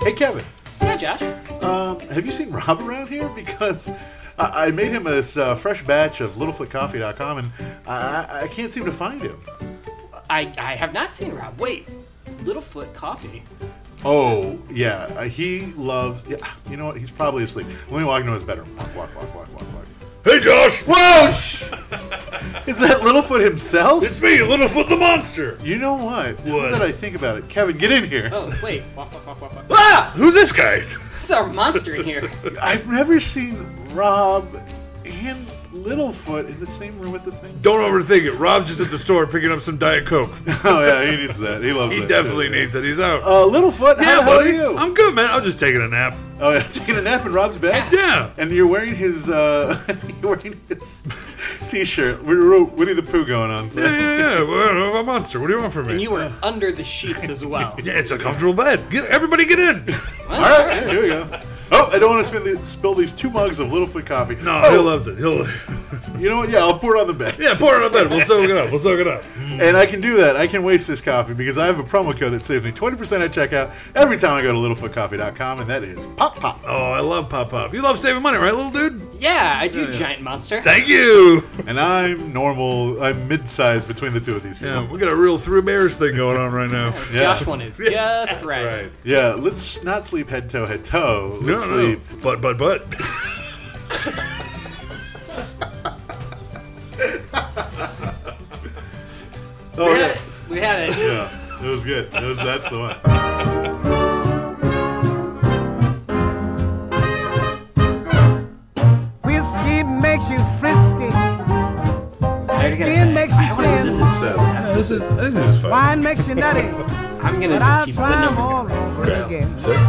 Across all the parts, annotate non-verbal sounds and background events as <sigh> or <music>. Hey, Kevin, Hi, Josh. um, have you seen Rob around here? <laughs> Because I, I made him a uh, fresh batch of littlefootcoffee.com and I, I- I can't seem to find him. I, I have not seen Rob. Wait, Littlefoot Coffee. Oh, yeah. Uh, he loves. Yeah, you know what? He's probably asleep. Let me walk into his bedroom. Walk, walk, walk, walk, walk, walk. Hey Josh! Whoa! sh- <laughs> Is that Littlefoot himself? It's me, Littlefoot the Monster! you know what? Now What? that I think about it, Kevin, get in here. Oh, wait. <laughs> Walk, walk, walk, walk, walk. Ah! Who's this guy? This is our monster in here. I've never seen Rob and Littlefoot in the same room at the <laughs> same time. <laughs> Don't overthink it. Rob's just at the store picking up some Diet Coke. Oh yeah, he needs that. He loves <laughs> He that. definitely too. needs it. He's out. Uh, Littlefoot, how, yeah, how are buddy. you? I'm good, man. I'm just taking a nap. oh, yeah, <laughs> taking a nap in Rob's bed. Yeah. And you're wearing his uh, <laughs> you're wearing his t-shirt. We wrote Winnie the Pooh going on. Yeah, yeah, yeah. <laughs> Well, I'm a monster. What do you want from me? And you were under the sheets as well. yeah, it's a comfortable bed. Get, everybody get in. All right, yeah, here we go. Oh, I don't want to spin the, spill these two mugs of Littlefoot coffee. No, Oh, he loves it. He'll uh, you know what? Yeah, I'll pour it on the bed. Yeah, pour it on the bed. We'll soak it up. We'll soak it up. And I can do that. I can waste this coffee because I have a promo code that saves me 20% at checkout every time I go to littlefootcoffee.com, and that is pop pop. Oh, I love Pop Pop. You love saving money, right, little dude? Yeah, I do, giant monster. Thank you. And I'm normal. I'm mid-sized between the two of these people. Yeah, we got a real three bears thing going on right now. Josh one is just right. Right. Yeah, let's not sleep head toe head toe. No, Let's no, sleep. no. But, <laughs> but, but. Oh, Oh, We yeah. had it. We had it. yeah. It was good. It was, that's the one. Whiskey makes you frisky. Gin makes you What is this? sin. This is seven. This is, I think this is fine. Wine makes you nutty. I'm gonna But just I'll keep the try 'em number. all over again. Six.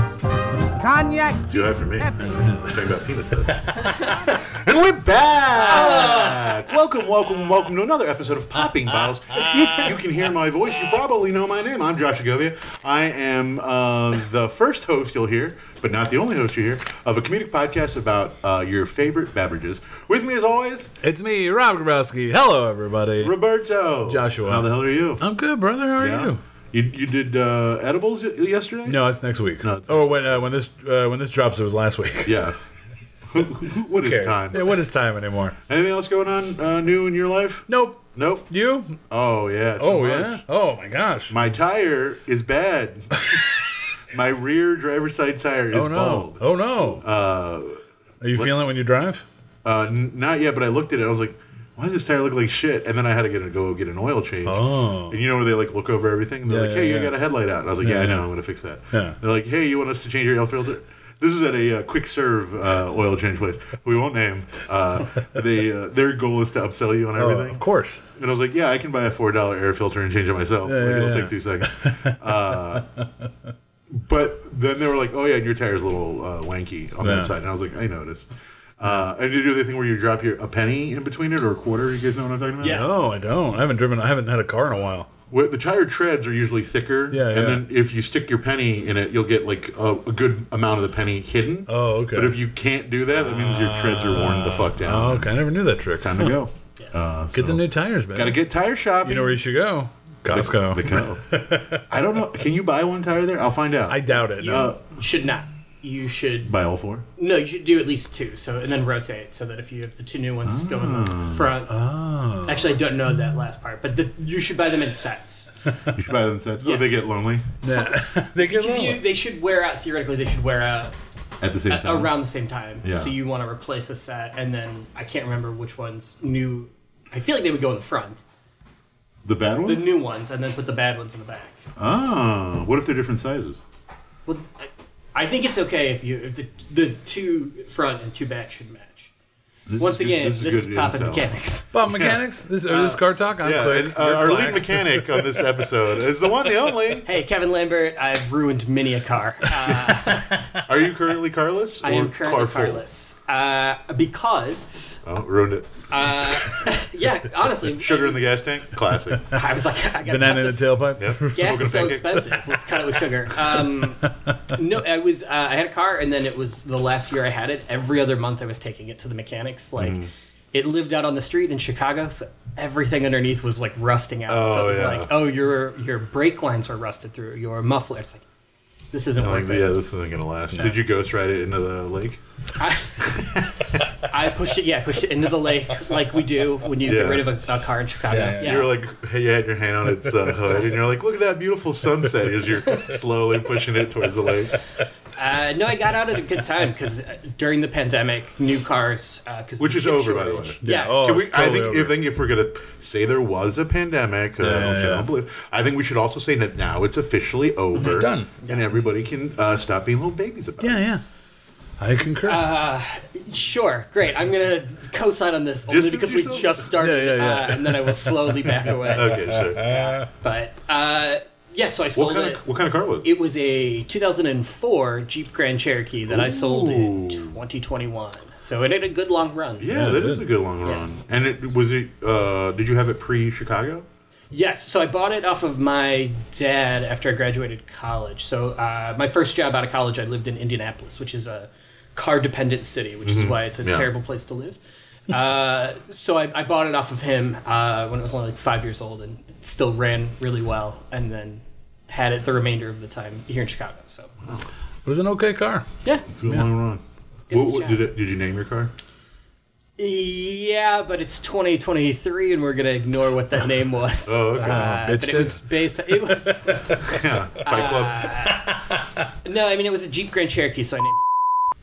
Cognac. Do that for me. Talking about <laughs> penises. and we're back. welcome, welcome, welcome to another episode of Popping Bottles. <laughs> If you can hear my voice, you probably know my name. I'm Josh Segovia. I am uh, the first host you'll hear, but not the only host you hear, of a comedic podcast about uh, your favorite beverages. With me, as always, It's me, Rob Grabowski. Hello, everybody. Roberto. Joshua. How the hell are you? I'm good, brother. How are you? You, you did uh, edibles y- yesterday? No, it's next week. No, it's oh, when uh, when this uh, when this drops, it was <laughs> last week. Yeah. what is Who cares? time? Yeah, what is time anymore? Anything else going on uh, new in your life? Nope. Nope. You? Oh yeah. so Oh much. yeah. Oh my gosh. My tire is bad. <laughs> My rear driver's side tire is oh no. bald. Oh no. Uh, are you feeling it when you drive? Uh, n- not yet, but I looked at it. I was like, "Why does this tire look like shit?" And then I had to get a, go get an oil change. Oh. And you know where they like look over everything? And they're Yeah, like, "Hey, you yeah, yeah. got a headlight out." And I was like, "Yeah, I know. yeah. I'm gonna fix that." Yeah. They're like, "Hey, you want us to change your oil filter?" This is at a uh, quick serve uh, oil change place. We won't name. Uh, they uh, their goal is to upsell you on Oh, everything. of course. And I was like, yeah, I can buy a four dollar air filter and change it myself. Yeah, like, yeah, it'll yeah. take two seconds. Uh, but then they were like, oh yeah, and your tire's a little uh, wanky on Yeah. that side. And I was like, I noticed. Uh, and you do the thing where you drop your a penny in between it or a quarter. You guys know what I'm talking about? Yeah. No, I don't. I haven't driven. I haven't had a car in a while. Where the tire treads are usually thicker. Yeah, And yeah. then if you stick your penny in it, you'll get like a, a good amount of the penny hidden. Oh, okay. But if you can't do that, that means your treads are worn the fuck down. Oh, okay. I never knew that trick. It's time to <laughs> go. Uh, Get the so- new tires, man. Gotta get tire shopping. You know where you should go? Costco. The co- <laughs> I don't know. Can you buy one tire there? I'll find out. I doubt it. No. uh, You should not. You should buy all four. no. You should do at least two. So and then rotate so that if you have the two new ones go in the front. Actually, I don't know that last part, but the, you should buy them in sets. You should buy them sets. Oh, Yes. they get lonely Nah. <laughs> they get 'Cause you, along. they should wear out theoretically. They should wear out at Oh. the same a- time. around the same time. Yeah. So you want to replace a set, and then I can't remember which ones new. I feel like they would go in the front, the bad the ones. new ones, and then put the bad ones in the back. Ah, what if they're different sizes? Well, I, I think it's okay if you if the the two front and two back should match. This is Once good- again, this is, good popping intel. mechanics. Bob mechanics. This, or this car talk. I'm Yeah, Click. and, uh, You're our lead Clack. mechanic on <laughs> this episode is the one, the only. Hey, Kevin Lambert, I've ruined many <laughs> a car. Uh, Are you currently carless? I or am currently carful? carless uh, because, Oh, ruined it. yeah, <laughs> honestly, Sugar in the gas tank. Classic. <laughs> I was like, I got Banana in the tailpipe. Yep. gas Smoking a is so pancake. expensive. Let's cut it <laughs> with sugar. Um, no, I was uh, I had a car, and then it was the last year I had it. Every other month, I was taking it to the mechanics. Like Mm. it lived out on the street in Chicago, so everything underneath was like rusting out. so Oh, it was yeah. like, oh, your your brake lines were rusted through, your muffler. It's like, This isn't Like, worth yeah, it. this isn't gonna last. Did you ghost ride it into the lake? I pushed it. Yeah, I pushed it into the lake like we do when you Yeah. get rid of a, a car in Chicago. Yeah, yeah. Yeah. You were like, hey, you had your hand on its <laughs> uh, hood, and you're like, look at that beautiful sunset as you're slowly pushing it towards the lake. Uh, no, I got out at a good time because during the pandemic, new cars. uh, Because Which is over, by the way. Yeah. Oh, Can we, it's I totally think over. if, think if we're gonna say there was a pandemic, uh, Yeah, which I yeah. don't believe, I think we should also say that now it's officially over, done. and everybody can uh, stop being little babies about it. <laughs> yeah, yeah. I concur. Uh, Sure, great. I'm gonna co-sign on this only Distance because yourself? we just started, Yeah, yeah, yeah. Uh, and then I will slowly back away. Okay, <laughs> sure. But uh, yeah, so I sold What kind it. of what kind of car was it? it was a 2004 Jeep Grand Cherokee that I sold in Ooh. 2021. So it had a good long run. Yeah, Yeah, that it is a good long run. And it was it. Uh, did you have it pre Chicago? Yes, so I bought it off of my dad after I graduated college. So uh, my first job out of college, I lived in Indianapolis, which is a car-dependent city, which is why it's a Mm-hmm. Yeah. terrible place to live. Uh, so I, I bought it off of him uh, when I was only like five years old, and it still ran really well. And then had it the remainder of the time here in Chicago. So it was an okay car. yeah, It's a good long run. What, what- shot. did it? Did you name your car? <laughs> yeah, but it's 2023, and we're gonna ignore what that name was. Oh, okay. Uh, but bitch it was tits. based. It was. yeah, Fight Club. No, I mean it was a Jeep Grand Cherokee, so I named it.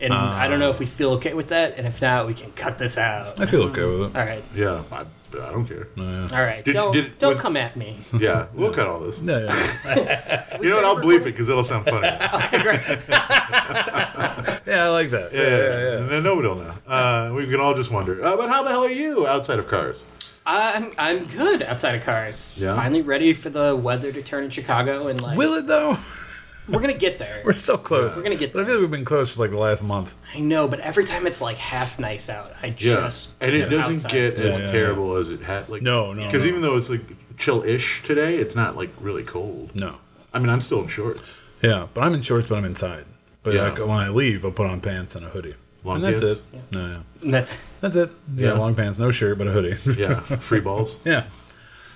And I don't know if we feel okay with that, and if not, we can cut this out. I feel okay with it. All right, yeah, I, I don't care. all right. Did- don't did- don't was- come at me. Yeah, we'll cut all this. <laughs> Yeah, <laughs> yeah. You know what? I'll bleep it because it'll sound funny. Yeah, yeah, I like that. Yeah, yeah, yeah. Nobody will know. Uh, we can all just wonder. Uh, but how the hell are you outside of cars? I'm I'm good outside of cars. Yeah. Finally ready for the weather to turn in Chicago, and like Will it though? <laughs> we're gonna get there. We're so close. We're gonna get But I feel like we've been close for like the last month. I know, but every time it's like half nice out, I Yeah, just and it am doesn't outside. get as Yeah, yeah, terrible as it had. Like No, no, because no. even though it's like chill-ish today, it's not like really cold. No. I mean I'm still in shorts. Yeah, but I'm in shorts, but I'm inside. But Yeah. like, when I leave, I'll put on pants and a hoodie. Long and that's pants? it. No, yeah. And that's That's it. Yeah, Yeah. long pants, no shirt, but a <laughs> hoodie. <laughs> Yeah, free balls yeah.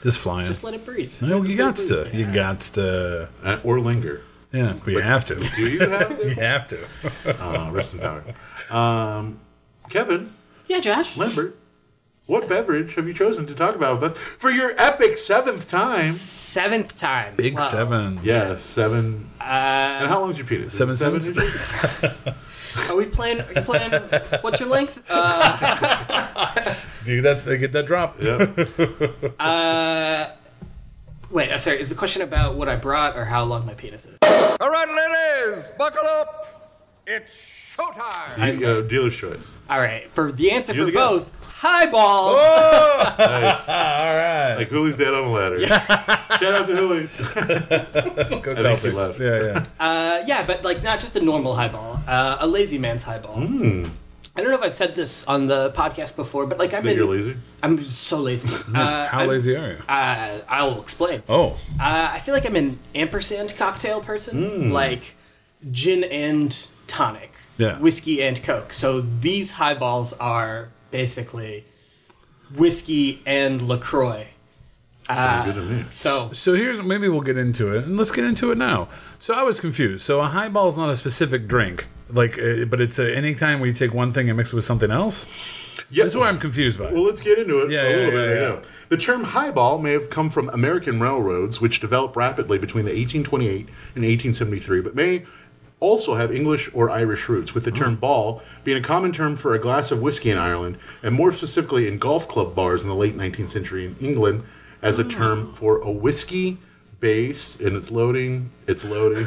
Just flying. just let it breathe. no, you got Just let it to. breathe. You got to. Uh, or linger. Yeah, but you have to. <laughs> Do you have You to? <laughs> have to. Uh, rest in power. Um, Kevin Yeah, Josh. Lambert, what beverage have you chosen to talk about with us for your epic seventh time? Seventh time. Big Wow. seven. Yeah, seven. and how long's your penis? Is Uh, seven it cents? inches? Are we playing? Are you playing? What's your length? Uh, Dude, that's, they get that drop. yeah. wait, uh, sorry. Is the question about what I brought or how long my penis is? All right, ladies, buckle up. It's showtime. You, uh, dealer's choice. All right. For the answer You're for the Oh! both, high balls. All right. Like Hooley's dead on a ladder. Shout out to Hooley. Go think he left. Celtics. Yeah, yeah. Uh, yeah, but like not just a normal highball, uh, a lazy man's highball. Hmm. I don't know if I've said this on the podcast before, but like I'm That in, you're lazy. I'm so <laughs> lazy. <laughs> Uh, How lazy are you? uh, I'll explain. Oh, Uh, I feel like I'm an ampersand cocktail Hmm. person, like gin and tonic, Yeah. whiskey and coke. So these highballs are basically whiskey and Lacroix. Sounds good to me. So so here's maybe we'll get into it, and let's get into it now. So I was confused. So a highball is not a specific drink, like, uh, but it's a, any time where you take one thing and mix it with something else. Yeah. That's what I'm confused by. Well, let's get into it a Yeah, yeah, little yeah, bit. yeah. I know. The term highball may have come from American railroads, which developed rapidly between the 1828 and 1873, but may also have English or Irish roots, Hmm. with the term ball being a common term for a glass of whiskey in Ireland, and more specifically in golf club bars in the late 19th century in England as a term Hmm. for a whiskey base, and it's loading, it's <laughs> loading.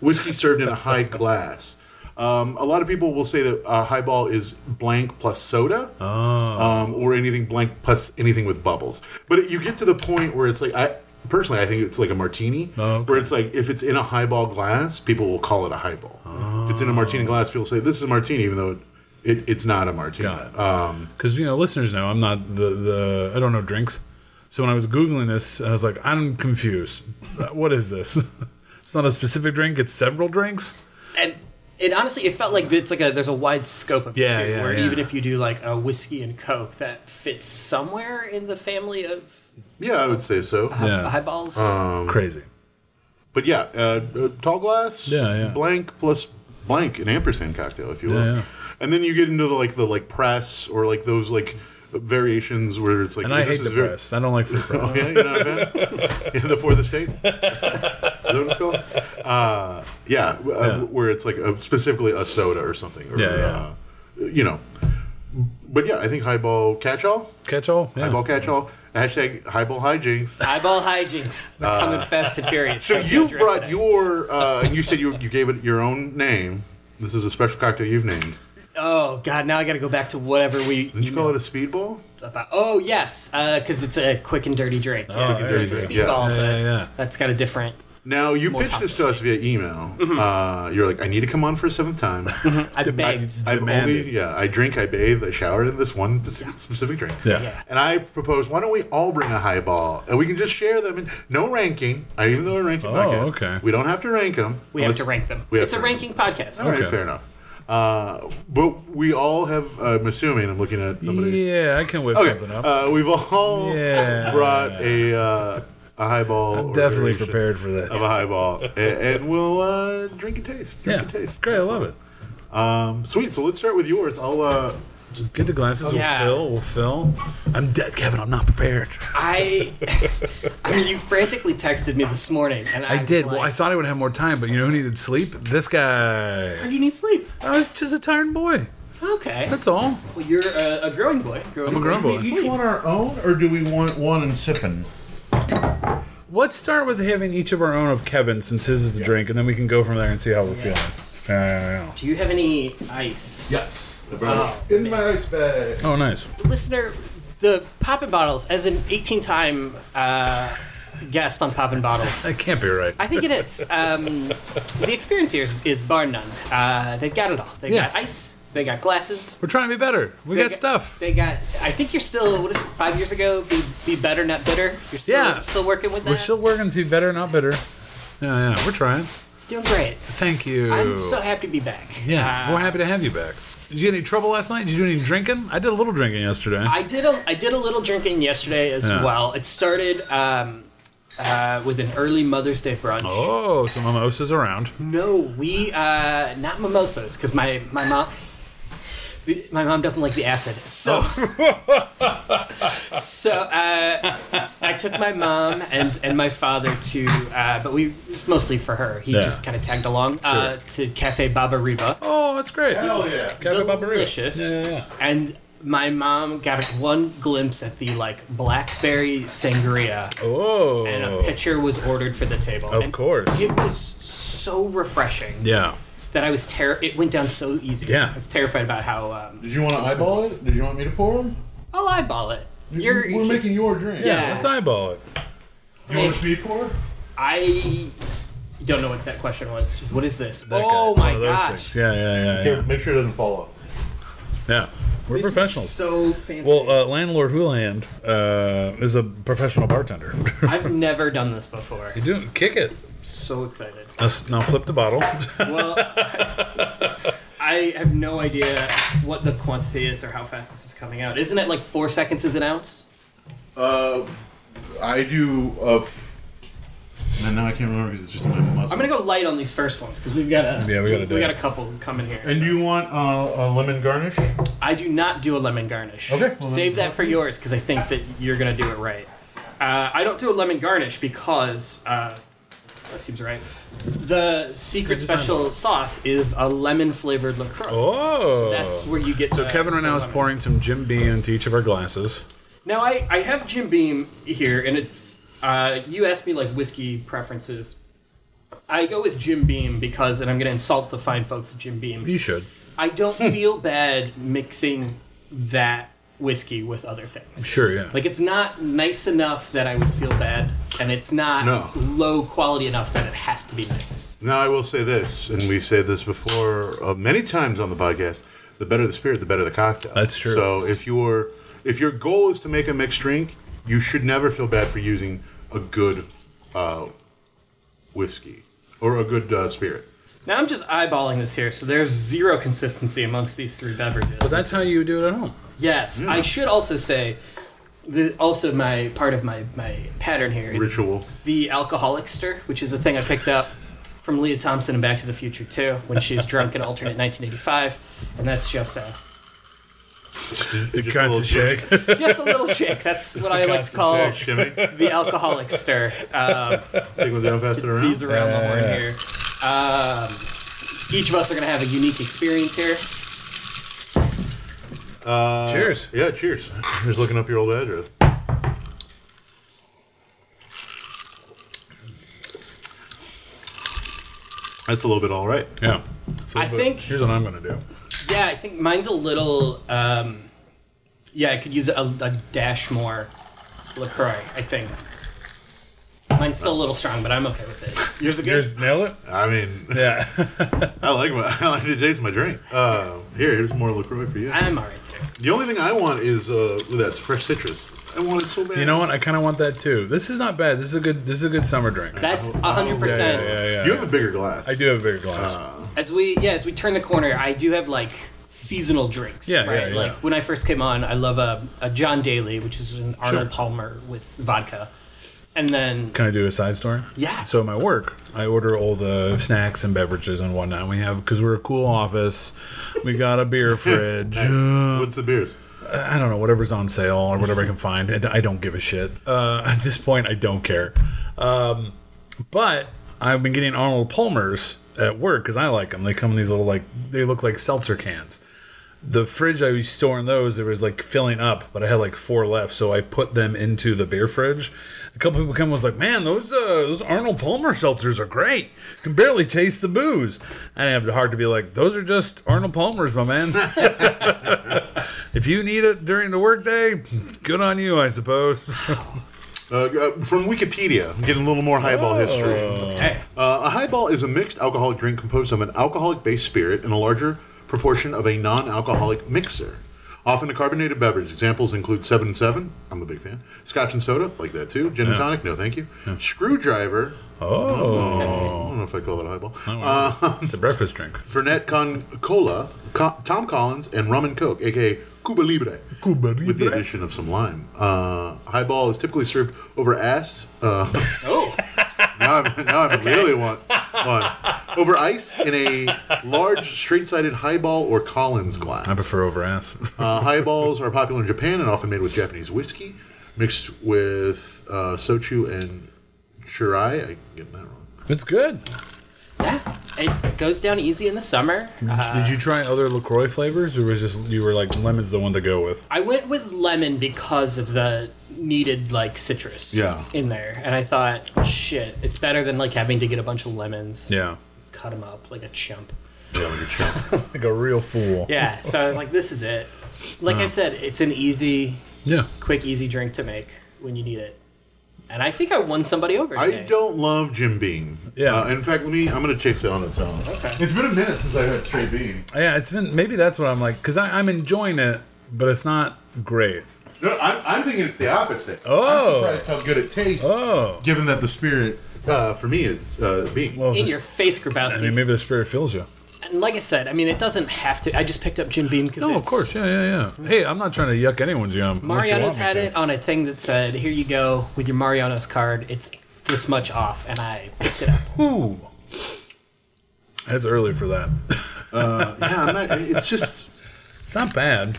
whiskey served in a high glass. Um, a lot of people will say that uh, highball is blank plus soda, Oh. um, or anything blank plus anything with bubbles. But you get to the point where it's like I personally I think it's like a martini, Oh, where it's like if it's in a highball glass, people will call it a highball. If it's in a martini glass, people say this is a martini, even though it, it, it's not a martini. Got it. Um, because you know listeners know i'm not the the i don't know drinks so when i was googling this i was like i'm confused <laughs> what is this <laughs> it's not a specific drink it's several drinks and and honestly, it felt like it's like a there's a wide scope of it, Yeah, too, yeah, where yeah. even if you do like a whiskey and coke, that fits somewhere in the family of yeah, I would say so. hi- Yeah. Uh. highballs. crazy But yeah, uh, uh, tall glass, Yeah, yeah. blank plus blank, an ampersand cocktail, if you will. Yeah, yeah. And then you get into the, like the like press or like those like variations where it's like And I this hate is the very- press. I don't like free press. Oh, <laughs> yeah, you're not a fan? yeah, the For the State? Is that what it's called? Uh, yeah, w- uh, Yeah. where it's like a, specifically a soda or something. Or, Yeah, yeah. Uh, you know. But yeah, I think highball catch-all. Catch all. Yeah. Highball catch-all. Hashtag highball hijinks. Eyeball <laughs> hijinks. They're coming fast and furious. So Tokyo you Drift brought today. your, uh, and you said you, you gave it your own name. This is a special cocktail you've named. Oh God! Now I got to go back to whatever we. Didn't you call it a speedball? about. Oh yes, because it's a quick and dirty drink. Yeah, quick and so dirty it's a drink. speedball, Oh, Yeah, but yeah, yeah. That's got a different. Now you pitched this to us via email. Mm-hmm. Uh, you're like, I need to come on for a seventh <laughs> time. I begged. I've Demanded. only yeah. I drink, I bathe, I shower in this one specific, specific drink. Yeah. Yeah. And I propose, why don't we all bring a highball and we can just share them? And no ranking. I even though we're ranking Oh, podcast, okay. We don't have to rank them. we have to rank them. we have It's to a rank ranking podcast. All right, Okay. fair enough. Uh, but we all have. I'm assuming. I'm looking at somebody. Yeah, I can whip okay. something up. Uh, we've all Yeah. brought a uh, a highball. or Definitely variation prepared for this. Of a highball, and, and we'll uh, drink and taste. Drink Yeah, and taste. great. I love it. Um, sweet. So let's start with yours. I'll. Uh, Get the glasses. We'll Yeah. fill. We'll fill. I'm dead, Kevin. I'm not prepared. I, <laughs> I mean, you frantically texted me this morning, and I, I was did. Like, Well, I thought I would have more time, but you know who needed sleep? This guy. Or do "Oh, you need sleep? I was just a tired boy. Okay. That's all. well, you're a, a growing boy. Growing I'm a grown boys need boy. each sleep. want our own, or do we want one and sipping? Let's start with having each of our own of Kevin, since his is the drink, and then we can go from there and see how we're Yes. feeling. Yeah, Do you have any ice? Yes. In my ice bag. yeah, yeah. Oh, nice. listener, the Poppin' Bottles, as an 18-time uh, guest on Poppin' Bottles, <laughs> That can't be right. I think it is. Um, the experience here is, is bar none. Uh, they've got it all. They Yeah. got ice. They got glasses. We're trying to be better. We They got stuff. They got. I think you're still. What is it? Five years ago. Be, be better, not bitter. You're still, Yeah. you're still working with that. We're still working to be better, not bitter. Yeah, yeah. We're trying. doing great. Thank you. I'm so happy to be back. yeah, Uh, we're happy to have you back. Did you get any trouble last night? Did you do any drinking? I did a little drinking yesterday. I did a I did a little drinking yesterday as Yeah. well. It started um, uh, with an early Mother's Day brunch. oh, some mimosas around. No, we uh, not mimosas because my my mom. the- My mom doesn't like the acid, so Oh. so uh, I took my mom and, and my father to, uh, but we it was mostly for her. He Yeah. just kind of tagged along uh, Sure. to Cafe Baba Reba. Oh, that's great. Hell yeah. Kevin Barbarino. Delicious. Yeah, yeah, yeah. And my mom got one glimpse at the like blackberry sangria, Oh, and a pitcher was ordered for the table. of And course. it was so refreshing Yeah. that I was ter- It went down so easy. Yeah. I was terrified about how. Um, Did you want to eyeball it? Did you want me to pour them? I'll eyeball it. You're. We're making your drink. Yeah, let's eyeball it. You want a speed pour? I don't know what that question was. What is this? That oh guy, my one of those gosh. things. Yeah, yeah, yeah, Here, yeah. make sure it doesn't fall off. yeah. We're This is professionals. so fancy. well, uh, landlord Houlihan uh, is a professional bartender. I've never done this before. you do kick it. So excited. Now, s- now flip the <laughs> bottle. Well, I have no idea what the quantity is or how fast this is coming out. Isn't it like four seconds is an ounce? I do a. F- and now I can't remember because it's just in my muscle. I'm gonna go light on these first ones because we've got a Yeah, we gotta do got it. a couple coming here. And so. you want uh, a lemon garnish? I do not do a lemon garnish. Okay, well Save then- that for yours because I think that you're going to do it right. Uh, I don't do a lemon garnish because uh, that seems right. The secret design, special sauce is a lemon flavored LaCroix. Oh. That's where you get so the- Kevin right the now is lemon. pouring some Jim Beam into each of our glasses. Now, I, I have Jim Beam here, and it's. Uh, you asked me like whiskey preferences. I go with Jim Beam because, and I'm going to insult the fine folks at Jim Beam. You should. I <laughs> don't feel bad mixing that whiskey with other things. Sure, yeah. Like it's not nice enough that I would feel bad, and it's not No. low quality enough that it has to be mixed. Now I will say this, and we say this before uh, many times on the podcast: the better the spirit, the better the cocktail. That's true. So if your if your goal is to make a mixed drink, you should never feel bad for using a good uh, whiskey or a good uh, spirit. Now I'm just eyeballing this here, so there's zero consistency amongst these three beverages. But that's how you do it at home. Yes, I should also say the, also my part of my my pattern here is Ritual. the alcoholicster, which is a thing I picked up from Leah Thompson in Back to the Future too, when she's drunk in alternate 1985, and that's just a It Just a cuts little a shake. just a little shake. That's what I like to constant call Yeah, shimmy. the alcoholicster. Uh, Take one down, pass <laughs> it around. these around the horn here. Um, each of us are gonna have a unique experience here. <laughs> Cheers. Yeah, cheers. Here's looking up your old address. That's a little bit all right. Uh, Yeah. So, I but think- here's what I'm gonna do. Yeah, I think mine's a little. Um, yeah, I could use a, a dash more Lacroix. I think mine's still a little strong, but I'm okay with it. Yours are Here's good. nail it. I mean, <laughs> <laughs> Yeah. I like my, I like to taste my drink. Uh, here, here's more Lacroix for you. I'm alright <laughs> today. The only thing I want is uh, that's fresh citrus. I want it so bad. You know what? I kind of want that too. This is not bad. This is a good. This is a good summer drink. That's hundred Oh, yeah, yeah, yeah, percent. yeah. you have a bigger glass. I do have a bigger glass. As we yeah, as we turn the corner, I do have like seasonal drinks. Yeah, right? yeah, yeah. Like when I first came on, I love a, a John Daly, which is an Arnold Palmer with vodka, and then Can I do a side story? Yeah. So at my work, I order all the snacks and beverages and whatnot. We have because we're a cool office. We got a beer fridge. What's the beers? I don't know whatever's on sale or whatever I can find. And I don't give a shit. Uh, <laughs> at this point, I don't care. Um, but I've been getting Arnold Palmer's at work because I like them. They come in these little like they look like seltzer cans. The fridge I was storing those, there was like filling up, but I had like four left, so I put them into the beer fridge. A couple people come and was like, "Man, those uh, those Arnold Palmer seltzers are great. Can barely taste the booze." And I have the heart to be like, "Those are just Arnold Palmers, my man." If you need it during the workday, good on you, I suppose. Uh, uh, from Wikipedia, I'm getting a little more highball Oh. history. hey, Uh, a highball is a mixed alcoholic drink composed of an alcoholic based spirit and a larger proportion of a non alcoholic mixer. Often a carbonated beverage. Examples include 7 and 7, I'm a big fan. Scotch and soda, like that too. Gin and tonic, no thank you. Screwdriver, <laughs> <laughs> Oh, Uh-huh. I don't know if I call that a highball. it's a breakfast drink. Fernet con cola, Co- Tom Collins, and rum and coke, aka Cuba Libre. Cuba With the Libre. addition of some lime. Uh, highball is typically served over ass. Uh, <laughs> oh, now I'm, now I really want one. Over ice in a large straight sided highball or Collins glass. Hmm, I prefer over ass. <laughs> Uh, highballs are popular in Japan and often made with Japanese whiskey, mixed with uh, sochu and churai. I'm getting that wrong. it's good. yeah, it goes down easy in the summer. Uh, Did you try other Lacroix flavors, or was just you were like lemon's the one to go with? I went with lemon because of the needed like citrus Yeah. in there, and I thought, shit, it's better than like having to get a bunch of lemons, Yeah, cut them up like a chump. like a real fool. Yeah, so I was like, this is it. Like Uh-huh. I said, it's an easy, yeah. quick, easy drink to make when you need it. And I think I won somebody over. I today. don't love Jim Beam. Yeah. Uh, in fact, let me. I'm gonna chase it on its own. Okay. It's been a minute since I had straight bean. Yeah, it's been maybe that's what I'm like because I'm enjoying it, but it's not great. No, I'm, I'm thinking it's the opposite. Oh. I'm surprised how good it tastes. Oh, Given that the spirit, uh, for me, is uh, bean. well, In this- your face, I mean, Grabowski. maybe the spirit fills you. And like I said, I mean, it doesn't have to. I just picked up Jim Beam because No, of course, yeah, yeah, yeah. Hey, I'm not trying to yuck anyone's yum. unless you Mariano's want me had to. it on a thing that said, "Here you go with your Mariano's card. It's this much off," and I picked it up. Ooh. That's early for that. <laughs> <laughs> Yeah, I'm not, it's just. It's not bad.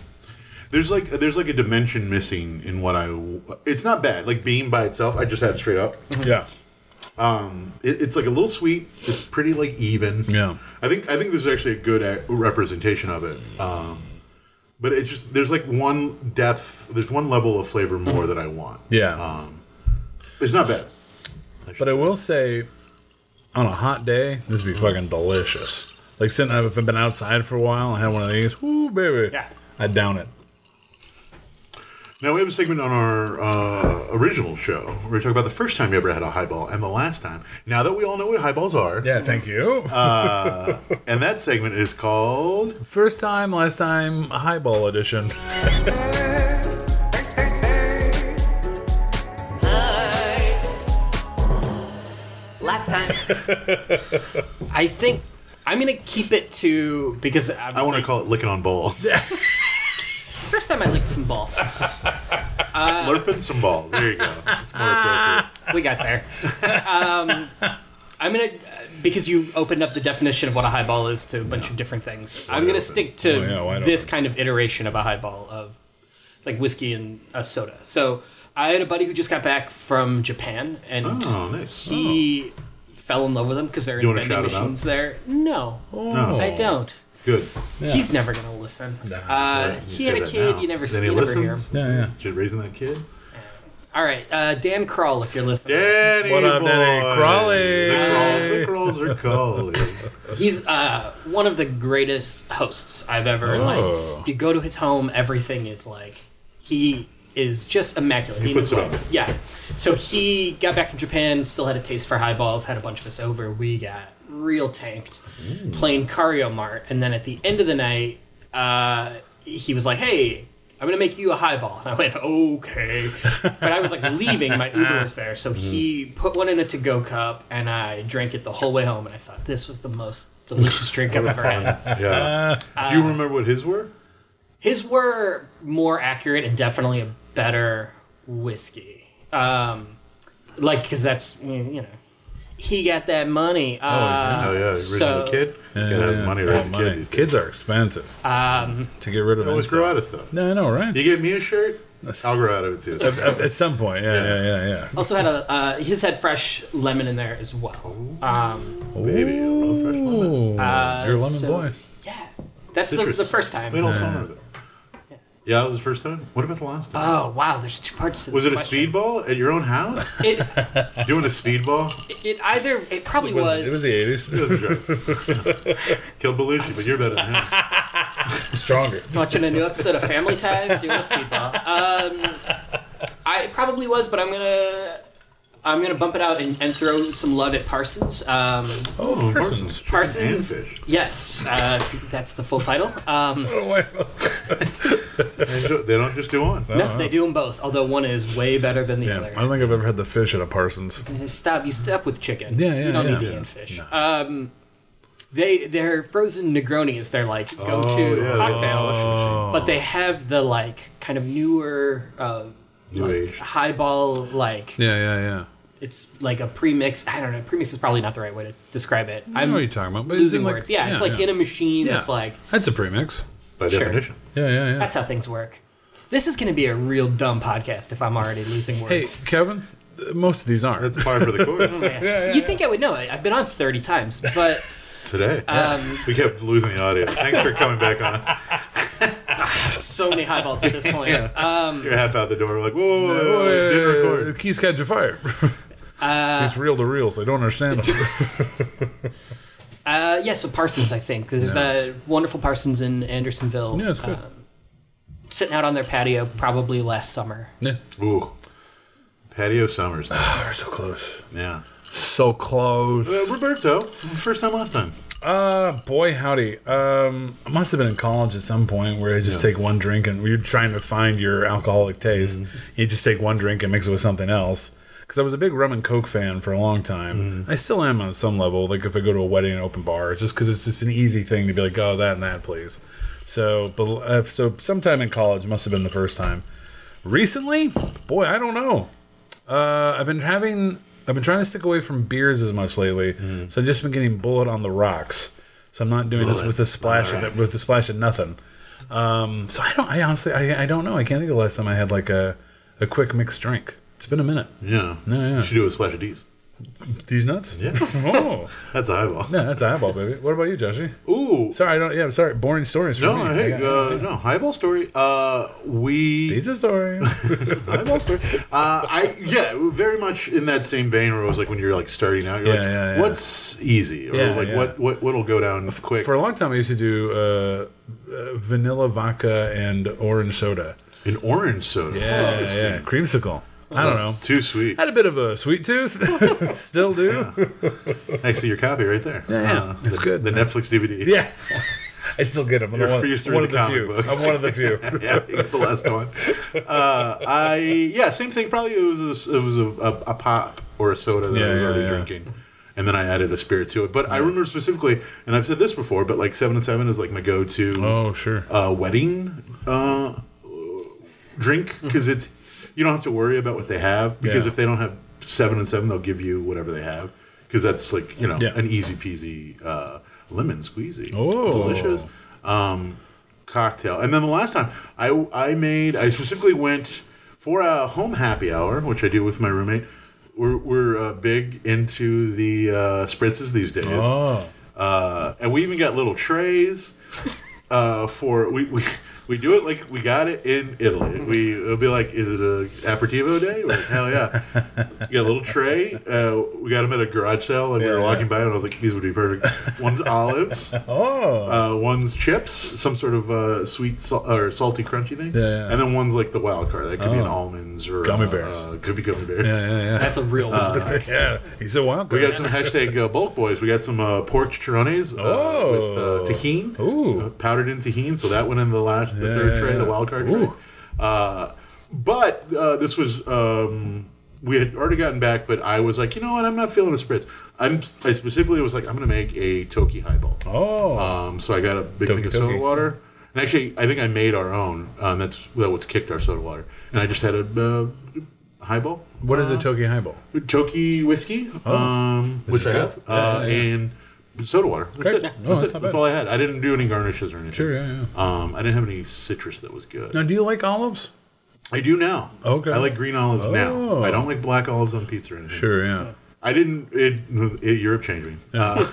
There's like there's like a dimension missing in what I. It's not bad. Like bean by itself, I just had it straight up. Yeah. It, it's like a little sweet. It's pretty like even. Yeah. I think I think this is actually a good ac- representation of it. Um, but it just there's like one depth. There's one level of flavor more that I want. Yeah. It's not bad. but I will say, on a hot day, this would be fucking delicious. Like, since I've been outside for a while, I had one of these. Woo, baby. Yeah. I'd down it. Now we have a segment on our uh, original show where we talk about the first time you ever had a highball and the last time. Now that we all know what highballs are, Yeah, thank you. and that segment is called First time, last time, highball edition. First, first, first. Last time. I think I'm gonna keep it to because obviously, I want to call it licking on balls. First time I licked some <laughs> balls. Slurping some balls. There you go. It's more appropriate. we got there. Um, I'm gonna because you opened up the definition of what a highball is to a bunch of different things. I'm gonna open. stick to Oh, yeah, wide this open. kind of iteration of a highball of like whiskey and a soda. So I had a buddy who just got back from Japan and Oh, nice. he fell in love with them because they're You in wanna shout vending him out? Oh. machines there. No, No. I don't. Good. He's never gonna listen. Well, Uh, you say he had a that kid. now. You never, Then see, he you never hear him. listens? Yeah, yeah. Should raising that kid. All right, uh, Dan Kroll, if you're listening. Danny What up, Danny boy. Crawley? The crawls, the crawls are calling. He's uh, one of the greatest hosts I've ever. Oh. Like, if you go to his home, everything is like he is just immaculate. He, puts and it his on. wife- Yeah. So he got back from Japan, still had a taste for highballs, had a bunch of us over. We got real tanked, Mm. playing Kario Mart, and then at the end of the night, uh, he was like, "Hey." I'm gonna make you a highball, and I went okay. But I was like leaving, my Uber was there, so he Mm-hmm. put one in a to-go cup, and I drank it the whole way home. And I thought this was the most delicious drink I've ever had. Yeah. Uh, Do you remember what his were? His were more accurate and definitely a better whiskey. Um, like, because that's, you know, he got that money. Uh, oh yeah, original so- kid. Gotta have money to raise a kid. These Kids are expensive. Um, to get rid of days. always insects. grow out of stuff. No, I know, right? You get me a shirt, I'll grow out of it too. at, at some point, yeah, yeah, yeah, yeah. Also had a, uh, his had fresh lemon in there as well. Oh. Um, Baby, I love Oh, fresh lemon. Ooh, you're a lemon so- boy. yeah. That's the, Citrus. the first We time. don't summer though. Yeah, that was the first time. What about the last time? Oh, wow. There's two parts to this was it a question. speedball at your own house? <laughs> It, Doing a speedball? it either, it probably it was the It 80s. was a joke. <laughs> Killed Belushi, but you're better than him. Stronger. watching a new episode of Family Ties, doing a speedball. Um, I it probably was, but I'm gonna I'm gonna bump it out and, and throw some love at Parsons. Um, Oh, Parsons. Parsons. chicken Parsons, And fish. yes, uh, that's the full title. Um, Oh, wait. They don't- They don't just do one. no, they do them both, although one is way better than the Uh-huh. Yeah, I other. don't think I've ever had the fish at a Parsons. Stop! You stop with chicken. Yeah, yeah, You don't yeah. need to Yeah. eat fish. Um, they their frozen Negroni is their like Oh, go to yeah, cocktail, oh. but they have the like kind of newer uh, New age. highball like Yeah, yeah, yeah. it's like a premix. I don't know. Premix is probably not the right way to describe it. I I'm know what you're talking about. But it's losing in like, words. Yeah, it's like in a machine that's like That's a premix. By Sure. definition. Yeah, yeah, yeah. that's how things work. This is going to be a real dumb podcast if I'm already losing hey, words. Kevin, th- most of these aren't. That's par for the <laughs> course. Yeah. You'd think I would know it. I've been on 30 times, but Today. um, <laughs> We kept losing the audio. Thanks for coming back on. so many highballs at <laughs> this point. You're half out the door. Like, whoa, whoa, whoa, Oh, whoa, yeah, didn't yeah, yeah, record. yeah. Keys catch a fire. <laughs> it's just real to real, so I don't <laughs> understand. them. Uh, yeah, so Parsons, I think. 'cause There's that wonderful Parsons in Andersonville. Yeah, it's good. um, sitting out on their patio probably last summer. yeah. Ooh. Patio Summers. Oh, we're so close. yeah. So close. Uh, Roberto, first time, last time. Uh, boy, howdy. Um, I must have been in college at some point where I just take one drink and you're trying to find your alcoholic taste. You just take one drink and mix it with something else. Because I was a big rum and coke fan for a long time. I still am on some level. Like if I go to a wedding and open bar, it's just because it's just an easy thing to be like, oh, that and that, please. So, but uh, so sometime in college must have been the first time. Recently, boy, I don't know. Uh, I've been having. I've been trying to stick away from beers as much lately, so I've just been getting bullet on the rocks. So I'm not doing this Mm. Bullet with a splash on the of with a splash of nothing. Um, so I don't. I honestly, I, I don't know. I can't think of the last time I had like a a quick mixed drink. It's been a minute. Yeah. Yeah, yeah. You should do a splash of D's. These nuts. Yeah. oh, <laughs> That's a <laughs> highball. yeah, that's a highball, baby. What about you, Joshy? Ooh. Sorry, I don't. Yeah, sorry. Boring stories. For No, me. hey, I got- uh, no, highball story. Uh, we <laughs> Pizza story. highball story. Uh, I yeah, very much in that same vein where it was like when you're like starting out, you're Yeah, like, yeah, yeah. what's easy or Yeah, like yeah. what what what'll go down quick For a long time, I used to do uh, uh, vanilla vodka and orange soda. an orange soda. Oh, Yeah, interesting. yeah, creamsicle. I don't know. Too sweet. Had a bit of a sweet tooth. <laughs> <laughs> Still do. I see your copy right there. Uh, yeah. It's the- good. The Netflix DVD. Yeah. I still get them. I'm You're one, free through one the of the comic few. book. I'm one of the few. <laughs> yeah, you got the last one. Uh, I yeah, same thing. Probably it was a, it was a, a, a pop or a soda that I Yeah, was yeah, already yeah. drinking, and then I added a spirit to it. But I remember specifically, and I've said this before, but like seven and seven is like my go-to Oh, sure. uh, wedding uh, drink because it's you don't have to worry about what they have because Yeah. if they don't have seven and seven, they'll give you whatever they have because that's like you know Yeah. an easy peasy uh, lemon squeezy. Oh. delicious um, cocktail. And then the last time I I made I specifically went for a home happy hour, which I do with my roommate. We're, we're uh, big into the uh, spritzes these days Oh, uh, and we even got little trays uh, for we, we we do it like we got it in Italy. Mm-hmm. We it'll be like, is it a aperitivo day? We're like, Hell <laughs> yeah! You got a little tray. Uh, we got them at a garage sale, and we Yeah, were yeah. walking by, and I was like, these would be perfect. <laughs> One's olives, oh, uh, one's chips, some sort of uh, sweet sal- or salty crunchy thing, Yeah, yeah. and then one's like the wild card. That could be an Oh. almonds or Gummy uh, bears. Uh, could be gummy bears. yeah, yeah, Uh, That's a real one. yeah. yeah. He's a wild We card. got some hashtag uh, bulk boys. We got some uh, pork chicharrones uh, Oh. with uh, tahini, Ooh. uh, powdered in tahini. So that went in the last, the Yeah, third yeah, tray, the yeah. wild card Ooh. tray. Uh, but uh, this was um, we had already gotten back, but I was like, you know what? I'm not feeling the spritz. I'm I specifically was like, I'm gonna make a toki highball. Oh, Um, so I got a big Toki thing of Toki. soda water, and actually, I think I made our own. Um, that's that what's kicked our soda water, and I just had a uh, highball. what is a Toki highball? Toki whiskey, um, which Oh. it I good? have, uh, Yeah, yeah, yeah. and soda water. That's Great. it. No, that's, that's it. not that's bad. all I had. I didn't do any garnishes or anything. Sure, yeah, yeah. Um, I didn't have any citrus that was good. Now, do you like olives? I do now. Okay. I like green olives now. Oh. I don't like black olives on pizza or anything. Sure, yeah. I didn't. It, it, Europe changed me. Uh,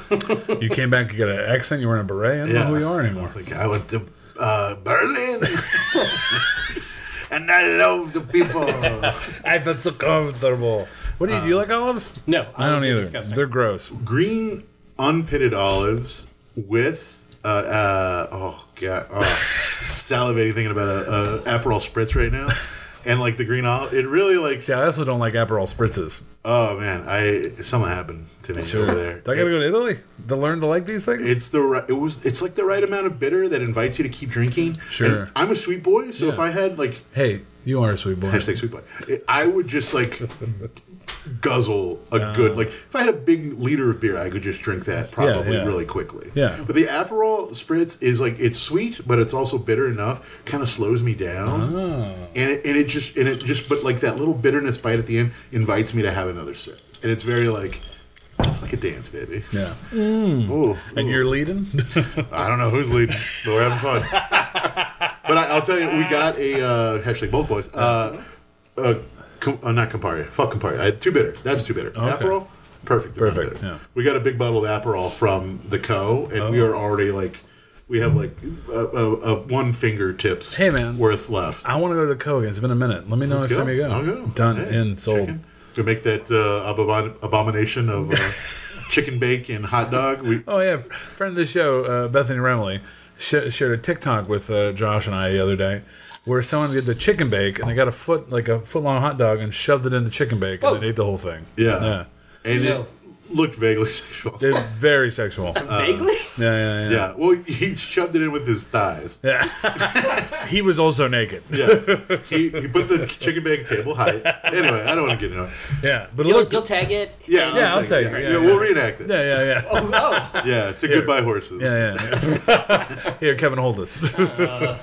You came back, you got an accent, you were in a beret. I don't yeah. know who you are anymore. It's like I went to uh, Berlin, <laughs> and I love the people. <laughs> I felt so comfortable. What do you do? Uh, You like olives? No, I don't olives are either. disgusting. They're gross. green unpitted olives with uh, uh oh god oh, salivating thinking about a, a aperol spritz right now and like the green olive it really like See, I also don't like Aperol spritzes. oh man i something happened to me over there Do I gotta go to Italy to learn to like these things? it's the right, it was it's like the right amount of bitter that invites you to keep drinking. Sure. And I'm a sweet boy, so if I had like hey, you are a sweet boy. hashtag sweet boy, I would just like guzzle a good like if I had a big liter of beer, I could just drink that probably yeah. really quickly. Yeah. But the Aperol spritz is like it's sweet, but it's also bitter enough. Kind of slows me down, Ah. and it, and it just and it just but like that little bitterness bite at the end invites me to have another sip, and it's very like. It's like a dance, baby. <laughs> Yeah. Ooh, And ooh. you're leading? I don't know who's leading, but we're having fun. <laughs> but I, I'll tell you, we got a uh, hashtag both boys. Uh, uh, com- uh, not Campari. Fuck Campari. I, too bitter. That's too bitter. Aperol. Perfect. amount Perfect, bitter. yeah. Oh. We got a big bottle of Aperol from the Co. And we are already like, we have like a, a, a one fingertips Hey, man. worth left. I want to go to the Coke. It's been a minute. Let me know Let's next time you go. I'll go. Done Yeah. and sold. Chicken. To make that uh, abomin- abomination of uh, <laughs> chicken bake and hot dog. We, Oh yeah, friend of the show, uh, Bethany Remley, sh- shared a TikTok with uh, Josh and I the other day, where someone did the chicken bake and they got a foot like a foot long hot dog and shoved it in the chicken bake and then ate the whole <laughs> thing. yeah. yeah. And No. it looked vaguely <laughs> sexual. They're <laughs> very sexual. Yeah, <laughs> Vaguely? yeah, yeah. Yeah, well, he shoved it in with his thighs. Yeah, He was also naked. <laughs> Yeah, he, he put the chicken bag table height. Anyway, I don't want to get into it. but You'll, look, you'll tag <laughs> it. Yeah, Yeah, I'll take take it. it. Yeah, Yeah, we'll yeah. reenact it. Yeah, yeah, yeah, yeah. Oh, it's a goodbye horses. Yeah, yeah. yeah. <laughs> Here, Kevin, hold this. uh,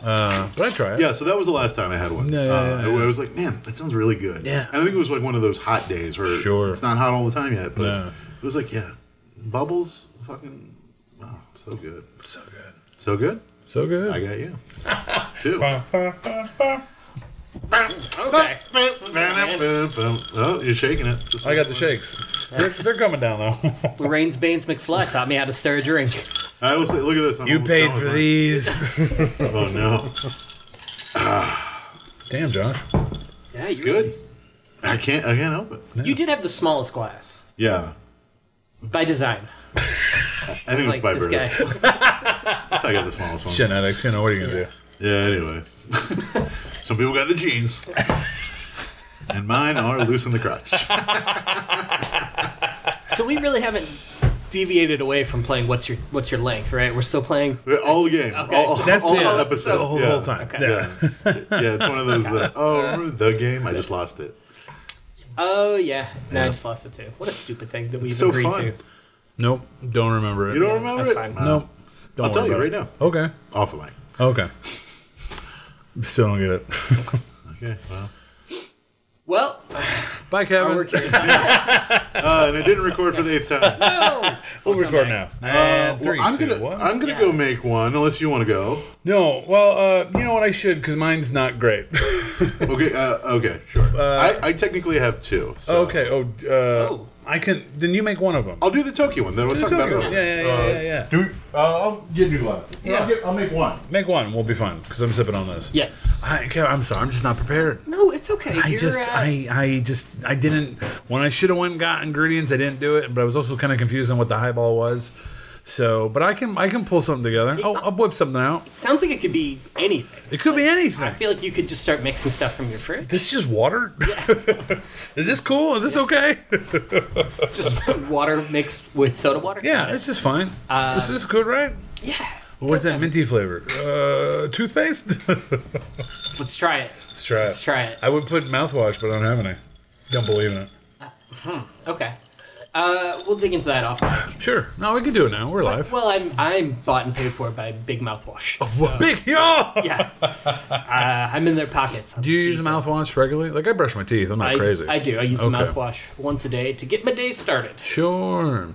but I try it. Yeah, so that was the last time I had one. Yeah, yeah, Uh, yeah, I- I was like, man, that sounds really good. Yeah. And I think it was like one of those hot days where Sure. it's not hot all the time yet, but No. it was like, yeah, bubbles, fucking, wow, so good. So good. So good. So good. I got <laughs> you. Too. okay. Oh, you're shaking it. Just I like- got the shakes. They're, they're coming down <laughs> though. Lorraine's Baines McFly taught me how to stir a drink. I will say, look at this. I'm you almost paid done with for mine. these. <laughs> Oh no. Damn, Josh. Yeah, It's good. I can't. I can't help it. You did have the smallest glass Yeah, by design. I think it's Like by this birth. guy. That's how I got the smallest one. Genetics, you know what are you gonna do? Yeah. Anyway, <laughs> some people got the genes, and mine are loose in the crotch. So we really haven't deviated away from playing what's your what's your length, right? We're still playing. We're All game. All, all, That's all the episode. The whole, yeah. whole time. Yeah. <laughs> Yeah. yeah, it's one of those. Uh, oh, remember the game? I just lost it. Oh yeah, no, I just lost it too. What a stupid thing that we It's have so agreed fun. to. Nope. Don't remember it. You don't remember That's it? fine. Nope. Don't I'll tell worry you about right it. now. Okay. Off of mine. Okay. Still don't get it. Okay, well. Well, Bye, Kevin. our case- Uh, and I didn't record for the eighth time. no. <laughs> We'll record now. And Uh, Well, three, I'm two, gonna one. I'm gonna Yeah. go make one unless you want to go. no, well, uh, you know what? I should because mine's not great. <laughs> Okay, uh, okay, sure. I, I technically have two. So. okay. Oh, uh, Oh. I can. Then you make one of them. I'll do the Tokyo one. Then we'll Do talk the about it. Tokyo one. later. Yeah, yeah, yeah, Uh, yeah, yeah. Do uh, I'll get new glasses. Yeah. I'll, get, I'll make one. Make one. We'll be fine because I'm sipping on this. Yes. I, Kev, I'm sorry. I'm just not prepared. No, it's okay. I You're, just, uh, I, I just, I didn't. When I should have went and got ingredients, I didn't do it. But I was also kind of confused on what the highball was. So, but I can, I can pull something together. I'll, I'll whip something out. sounds like it could be anything. It could be anything. I feel like you could just start mixing stuff from your fridge. this is just water. <laughs> is this cool? Is this okay? Just <laughs> water mixed with soda water. Yeah, it's just fine. this is good, right? Yeah. What's that minty flavor? Uh, toothpaste. <laughs> Let's try it. Let's try it. Let's try it. I would put mouthwash, but I don't have any. Don't believe in it. Okay. Uh, we'll dig into that off. Sure. No, we can do it now. We're live. Well, I'm I'm bought and paid for by Big Mouthwash. Oh. Big y'all. Yeah. Uh, I'm in their pockets. Do you use mouthwash regularly? Like I brush my teeth. I'm not I, crazy. I do. I use Okay. mouthwash once a day to get my day started. Sure.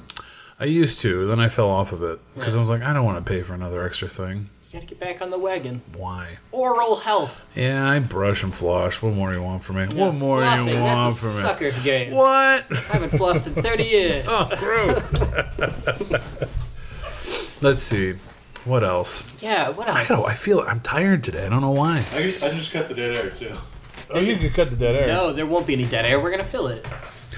I used to. Then I fell off of it because I was like, I don't want to pay for another extra thing. Gotta get back on the wagon. Why? Oral health. Yeah, I brush and floss. What more you want from me? Yeah, what more flossing, you want that's a from me? sucker's game. What? <laughs> Oh, I haven't flossed in 30 years. Gross. Let's see. What else? Yeah, what else? Oh, I feel I'm tired today. I don't know why. I, I just cut the dead air too. Oh, you could cut the dead air. No, there won't be any dead air. We're gonna fill it.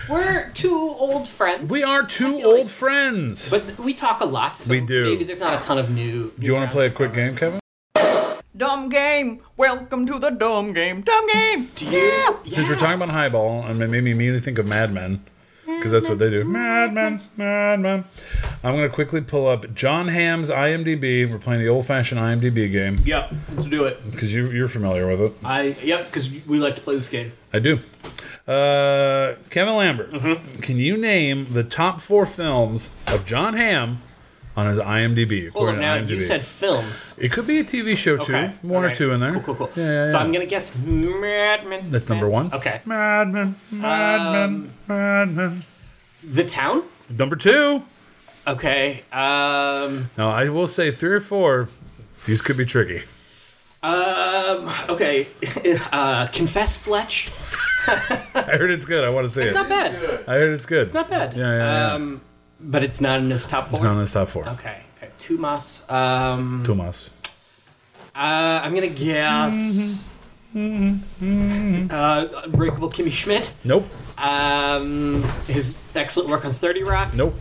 We're two old friends. We are two feel like- old friends. But th- we talk a lot. So We do. Maybe there's not a ton of new. do you want to play a quick game, Kevin? Dumb game. Welcome to the dumb game. Dumb game. Do you? Since we're talking about highball, I mean, it made me immediately think of Mad Men because that's what they Mm-hmm. do. Mad Men, Mad Men. I'm gonna quickly pull up John Hamm's IMDb. We're playing the old-fashioned IMDb game Yep. Let's do it. because you, you're familiar with it. I yep. Because we like to play this game. I do. Uh, Kevin Lambert, Mm-hmm. can you name the top four films of John Hamm on his IMDb? Hold according on. to Now you IMDb? said films. it could be a TV show too, Okay. one or okay. two in there. Cool, cool, cool. Yeah, yeah, So yeah. I'm gonna guess Mad Men. That's number one. Okay. Mad Men, Mad Men, Um, Mad Men. The Town. Number two. Okay. Um. Now, I will say three or four. These could be tricky. <laughs> Um. Okay. <laughs> uh. Confess, Fletch. I heard it's good. I want to see It's it. not bad. I heard it's good. It's not bad. Yeah, yeah, yeah. Um. But it's not in his top four. it's not in the top four. Okay. Tumas. Um, Tomas. uh, I'm gonna guess. Uh, Unbreakable Kimmy Schmidt. Nope. Um, his excellent work on Thirty Rock. Nope.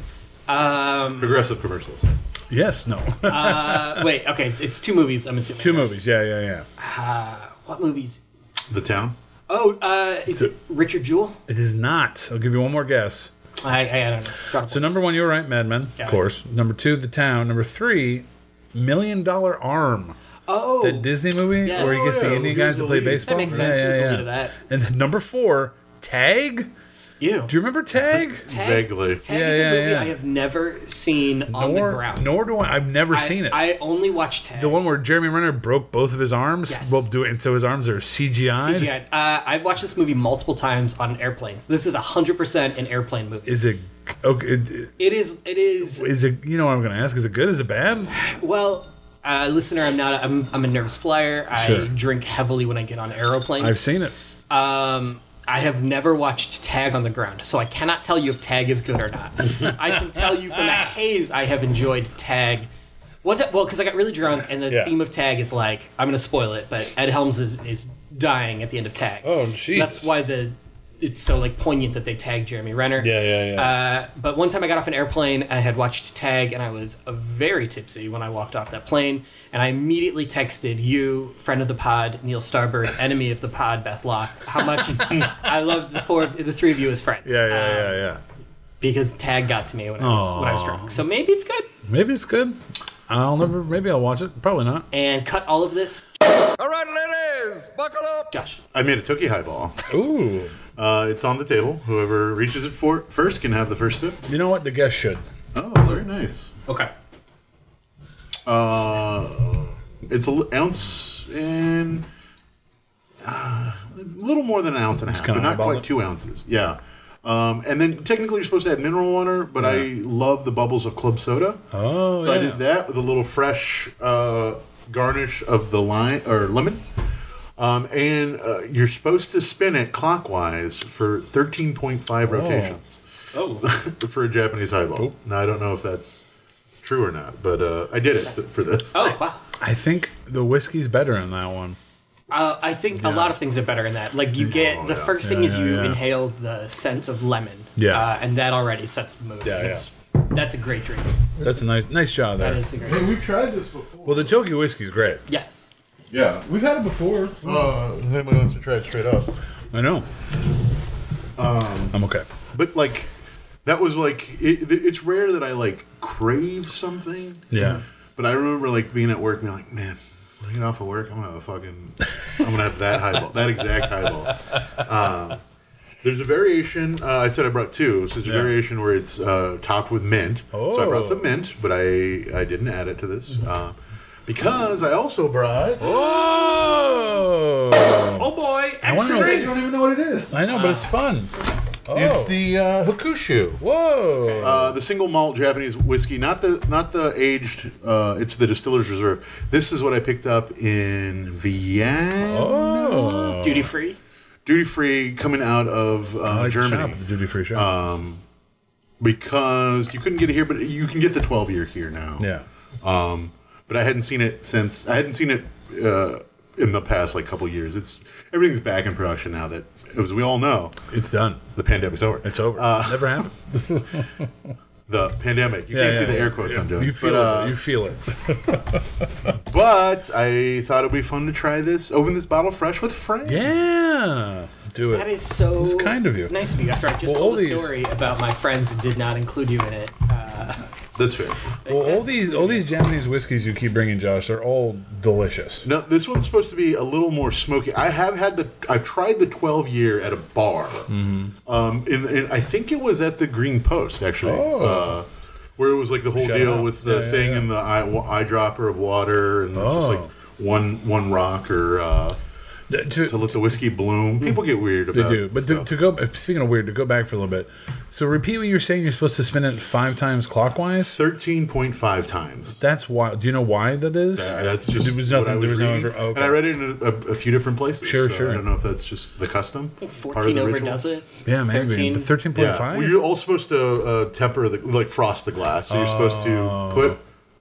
Um, Progressive commercials. Yes. No. <laughs> uh, wait, okay, it's two movies. I'm assuming. Two movies. Yeah, yeah, yeah. What movies? The town. Oh, uh, is it Richard Jewell? It is not. I'll give you one more guess. I, I, I don't know. Drop So number one, you were right, Mad Men, Got of it. course. Number two, The Town. Number three, Million Dollar Arm, oh, that Disney movie Yes. where he gets Oh, the yeah, Indian he was guys to the play lead. baseball. that makes sense. Yeah, He's the yeah, lead yeah. of that. And then number four, Tag. You. Do you remember Tag? Tag, Vaguely. Tag Yeah, is a yeah, movie yeah. I have never seen on the nor, ground. nor do I. I've never I- seen it. I only watched Tag. the one where Jeremy Renner broke both of his arms. Yes. Well, do it, and so his arms are CGI. CGI. Uh, I've watched this movie multiple times on airplanes. This is 100% an airplane movie. Is it okay? It is, it is, Is it? You know what I'm going to ask? Is it good? Is it bad? well, uh, listener, I'm not, I'm, I'm a nervous flyer. I Sure. drink heavily when I get on aeroplanes. I've seen it. Um, I have never watched Tag on the ground, so I cannot tell you if Tag is good or not. I can tell you <laughs> from a haze I have enjoyed Tag. One time, well, because I got really drunk, and the Yeah. theme of Tag is like I'm going to spoil it, but Ed Helms is, is dying at the end of Tag. Oh, And That's Jesus. why the it's so like poignant that they tag Jeremy Renner. yeah, yeah. Uh, but one time I got off an airplane and I had watched Tag and I was uh, very tipsy when I walked off that plane. And I immediately texted you, friend of the pod, Neil Starbird, <laughs> enemy of the pod, Beth Locke, how <laughs> much I loved the four, of, the three of you as friends. yeah, Uh, yeah, yeah, yeah. because Tag got to me when I was when I was drunk. So maybe it's good. Maybe it's good. I'll never. Maybe I'll watch it. Probably not. And cut all of this, All right, ladies, buckle up. Josh. I made a Toki highball. Ooh. Uh, it's on the table. Whoever reaches it for first can have the first sip. You know what? The guest should. Oh, very nice. Okay. Uh, it's an ounce and uh, a little more than an ounce and a half, kinda but not eyeball quite it. two ounces. Yeah. Um, and then technically you're supposed to add mineral water, but I love the bubbles of club soda. Oh, so I yeah. did that with a little fresh uh, garnish of the lime or lemon. Um, and uh, you're supposed to spin it clockwise for 13.5 rotations Oh, for a Japanese highball. Now I don't know if that's true or not, but uh, I did it th- for this. <laughs> oh <laughs> wow. I think the whiskey's better in that one. Uh, I think a lot of things are better in that. Like you get Oh, the yeah. first thing Yeah, is yeah, you yeah. inhale the scent of lemon. Yeah. Uh, and that already sets the mood. Yeah, It's- That's a great drink. That's a nice, nice job there. That is a great. We've tried this before. Well, the Tokyo whiskey's great. Yes. Yeah, we've had it before. Uh, if anybody wants to try it straight up? I know. I'm okay. But like, that was like it, it's rare that I like crave something. Yeah. But I remember like being at work and being like, man, when I get off of work, I'm gonna have a fucking, I'm gonna have that highball, that exact highball. Um, there's a variation. Uh, I said I brought two, so there's a Yeah. variation where it's uh, topped with mint. So I Oh. brought some mint, but I I didn't add it to this. Uh, because I also brought. Oh. Oh boy, wanna extra know- I drinks. don't even know what it is. I know, but it's fun. Oh. It's the uh, Hokushu. Whoa. Uh, the single malt Japanese whiskey, not the not the aged. Uh, it's the Distillers Reserve. This is what I picked up in Vienna, oh. Duty free. duty free, coming out of uh, I like the Germany Uh, shop, the duty free shop. because you couldn't get it here, but you can get the twelve year here now. yeah. Um, but I hadn't seen it since I hadn't seen it uh, in the past like couple years. It's everything's back in production now. That as we all know, It's done. the pandemic's over. It's over. Uh, Never happened. the pandemic. You can't see the air quotes yeah. I'm doing. You feel but, uh, it. You feel it. But I thought it'd be fun to try this. Open this bottle fresh with Frank. Yeah. Do it. That is so It's kind of you. nice of you. After I just Well, all told a these- story about my friends and did not include you in it. Uh, That's fair. well, all these all these Japanese whiskeys you keep bringing, Josh, they're all delicious. No, this one's supposed to be a little more smoky. I have had the I've tried the 12 year at a bar. Mm-hmm. Um, and, and I think it was at the Green Post actually. Oh. Uh, where it was like the whole Shout deal out. with the Yeah, yeah, thing yeah. and the eye, eyedropper of water and it's just Oh. like one one rock or uh, Th- to- to let the whiskey bloom. People get weird They about do. But to, stuff. to go uh, speaking of weird, to go back for a little bit. So repeat what you were saying. You're supposed to spin it five times clockwise. 13.5 times. That's why. Do you know why that is? Uh, that's just there was what nothing. I there was no. reading. info- oh, okay. And I read it in a, a, a few different places. Sure, so sure. I don't know if that's just the custom. part of Fourteen the over ritual. does it. Yeah, maybe. 13. But thirteen point Yeah. five. Well, you're all supposed to uh, temper the like frost the glass. So you're supposed to put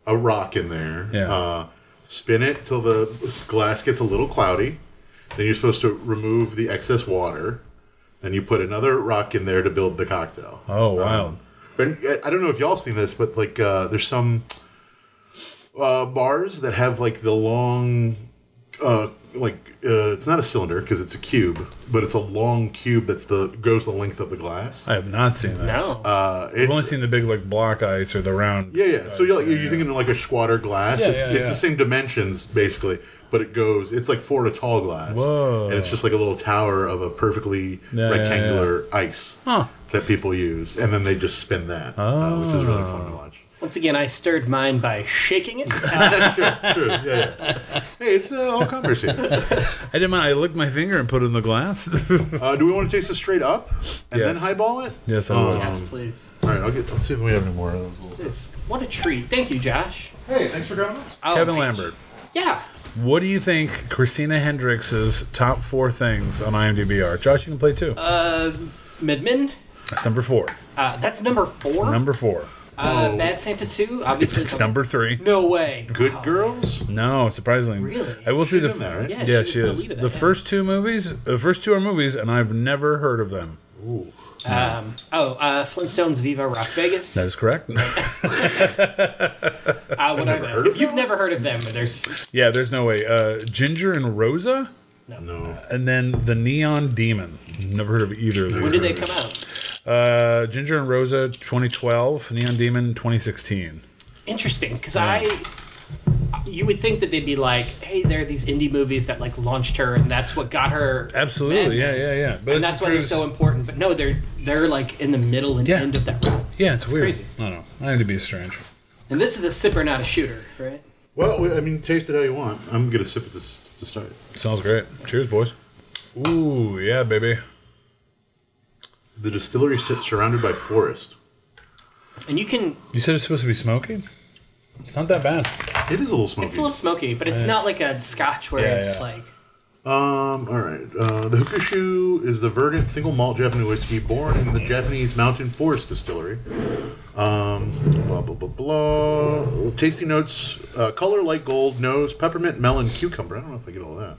a rock in there. Oh. Yeah. Uh, spin it till the glass gets a little cloudy. Then you're supposed to remove the excess water. Then you put another rock in there to build the cocktail. Um, Oh wow. And uh, I- I don't know if y'all seen this, but like uh, there's some uh, bars that have like the long, uh, like uh, it's not a cylinder because it's a cube, but it's a long cube that's the goes the length of the glass. I have not seen that. No. Uh, I've only it's, seen the big like block ice or the round. yeah, yeah. So you're, like, you're thinking of like a squatter glass. Yeah, it's yeah, it's yeah. the same dimensions basically, but it goes. It's like four to tall glass, Whoa. and it's just like a little tower of a perfectly Yeah, yeah, rectangular ice Huh. that people use, and then they just spin that, uh, which is really fun Oh. to watch. Once again, I stirred mine by shaking it. Um, True, yeah, yeah. Hey, it's uh, all comers <laughs> here. I didn't mind. I licked my finger and put it in the glass. <laughs> Uh, do we want to taste this straight up and then Yes. highball it? yes, I Um, would. yes, please. All right, I'll get. Let's see if we have any more of those. This is, what a treat. Thank you, Josh. Hey, thanks for coming. Oh, Kevin my- Lambert, Yeah. what do you think Christina Hendricks' top four things on IMDb are? Josh, you can play too. Uh, Midman. that's number four. Uh, that's number four. It's number four. uh, Bad Santa 2. Obviously, It's it's number three. No way. Oh, Good girls. No, surprisingly, Really? I will say She's the in there, right? Yeah, Yeah, she's she the is. lead of The that. first two movies, the first two are movies, and I've never heard of them. Um, oh, uh, Flintstones Viva Rock Vegas. That is correct. uh, whatever. heard of if you've never heard of them, there's <laughs> yeah, there's no way. Uh, Ginger and Rosa, No. and then the Neon Demon. Never heard of either of these. when did they come out? Uh, Ginger and Rosa, 2012. Neon Demon, 2016. Interesting, because I. You would think that they'd be like, "Hey, there are these indie movies that like launched her, and that's what got her." Absolutely, Men. yeah, yeah, yeah. But and that's why they're so important. But no, they're they're like in the middle and Yeah. end of that road. Yeah, it's, weird. crazy. I don't know. I need to be strange. And this is a sipper, not a shooter, right? Well, we- I mean, taste it how you want. I'm gonna sip it to, s- to start. Sounds great. Cheers, boys. Ooh, yeah, baby. The distillery sits surrounded by forest. And you can, You said it's supposed to be smoking? It's not that bad. It is a little smoky. it's a little smoky, but it's not like a scotch where Yeah, it's yeah. like, Um, all right. Uh, the Hukushu is the verdant single malt Japanese whiskey born in the Japanese mountain forest distillery. Um, blah blah blah blah. Tasty notes: uh, color light gold, nose peppermint, melon, cucumber. I don't know if I get all that.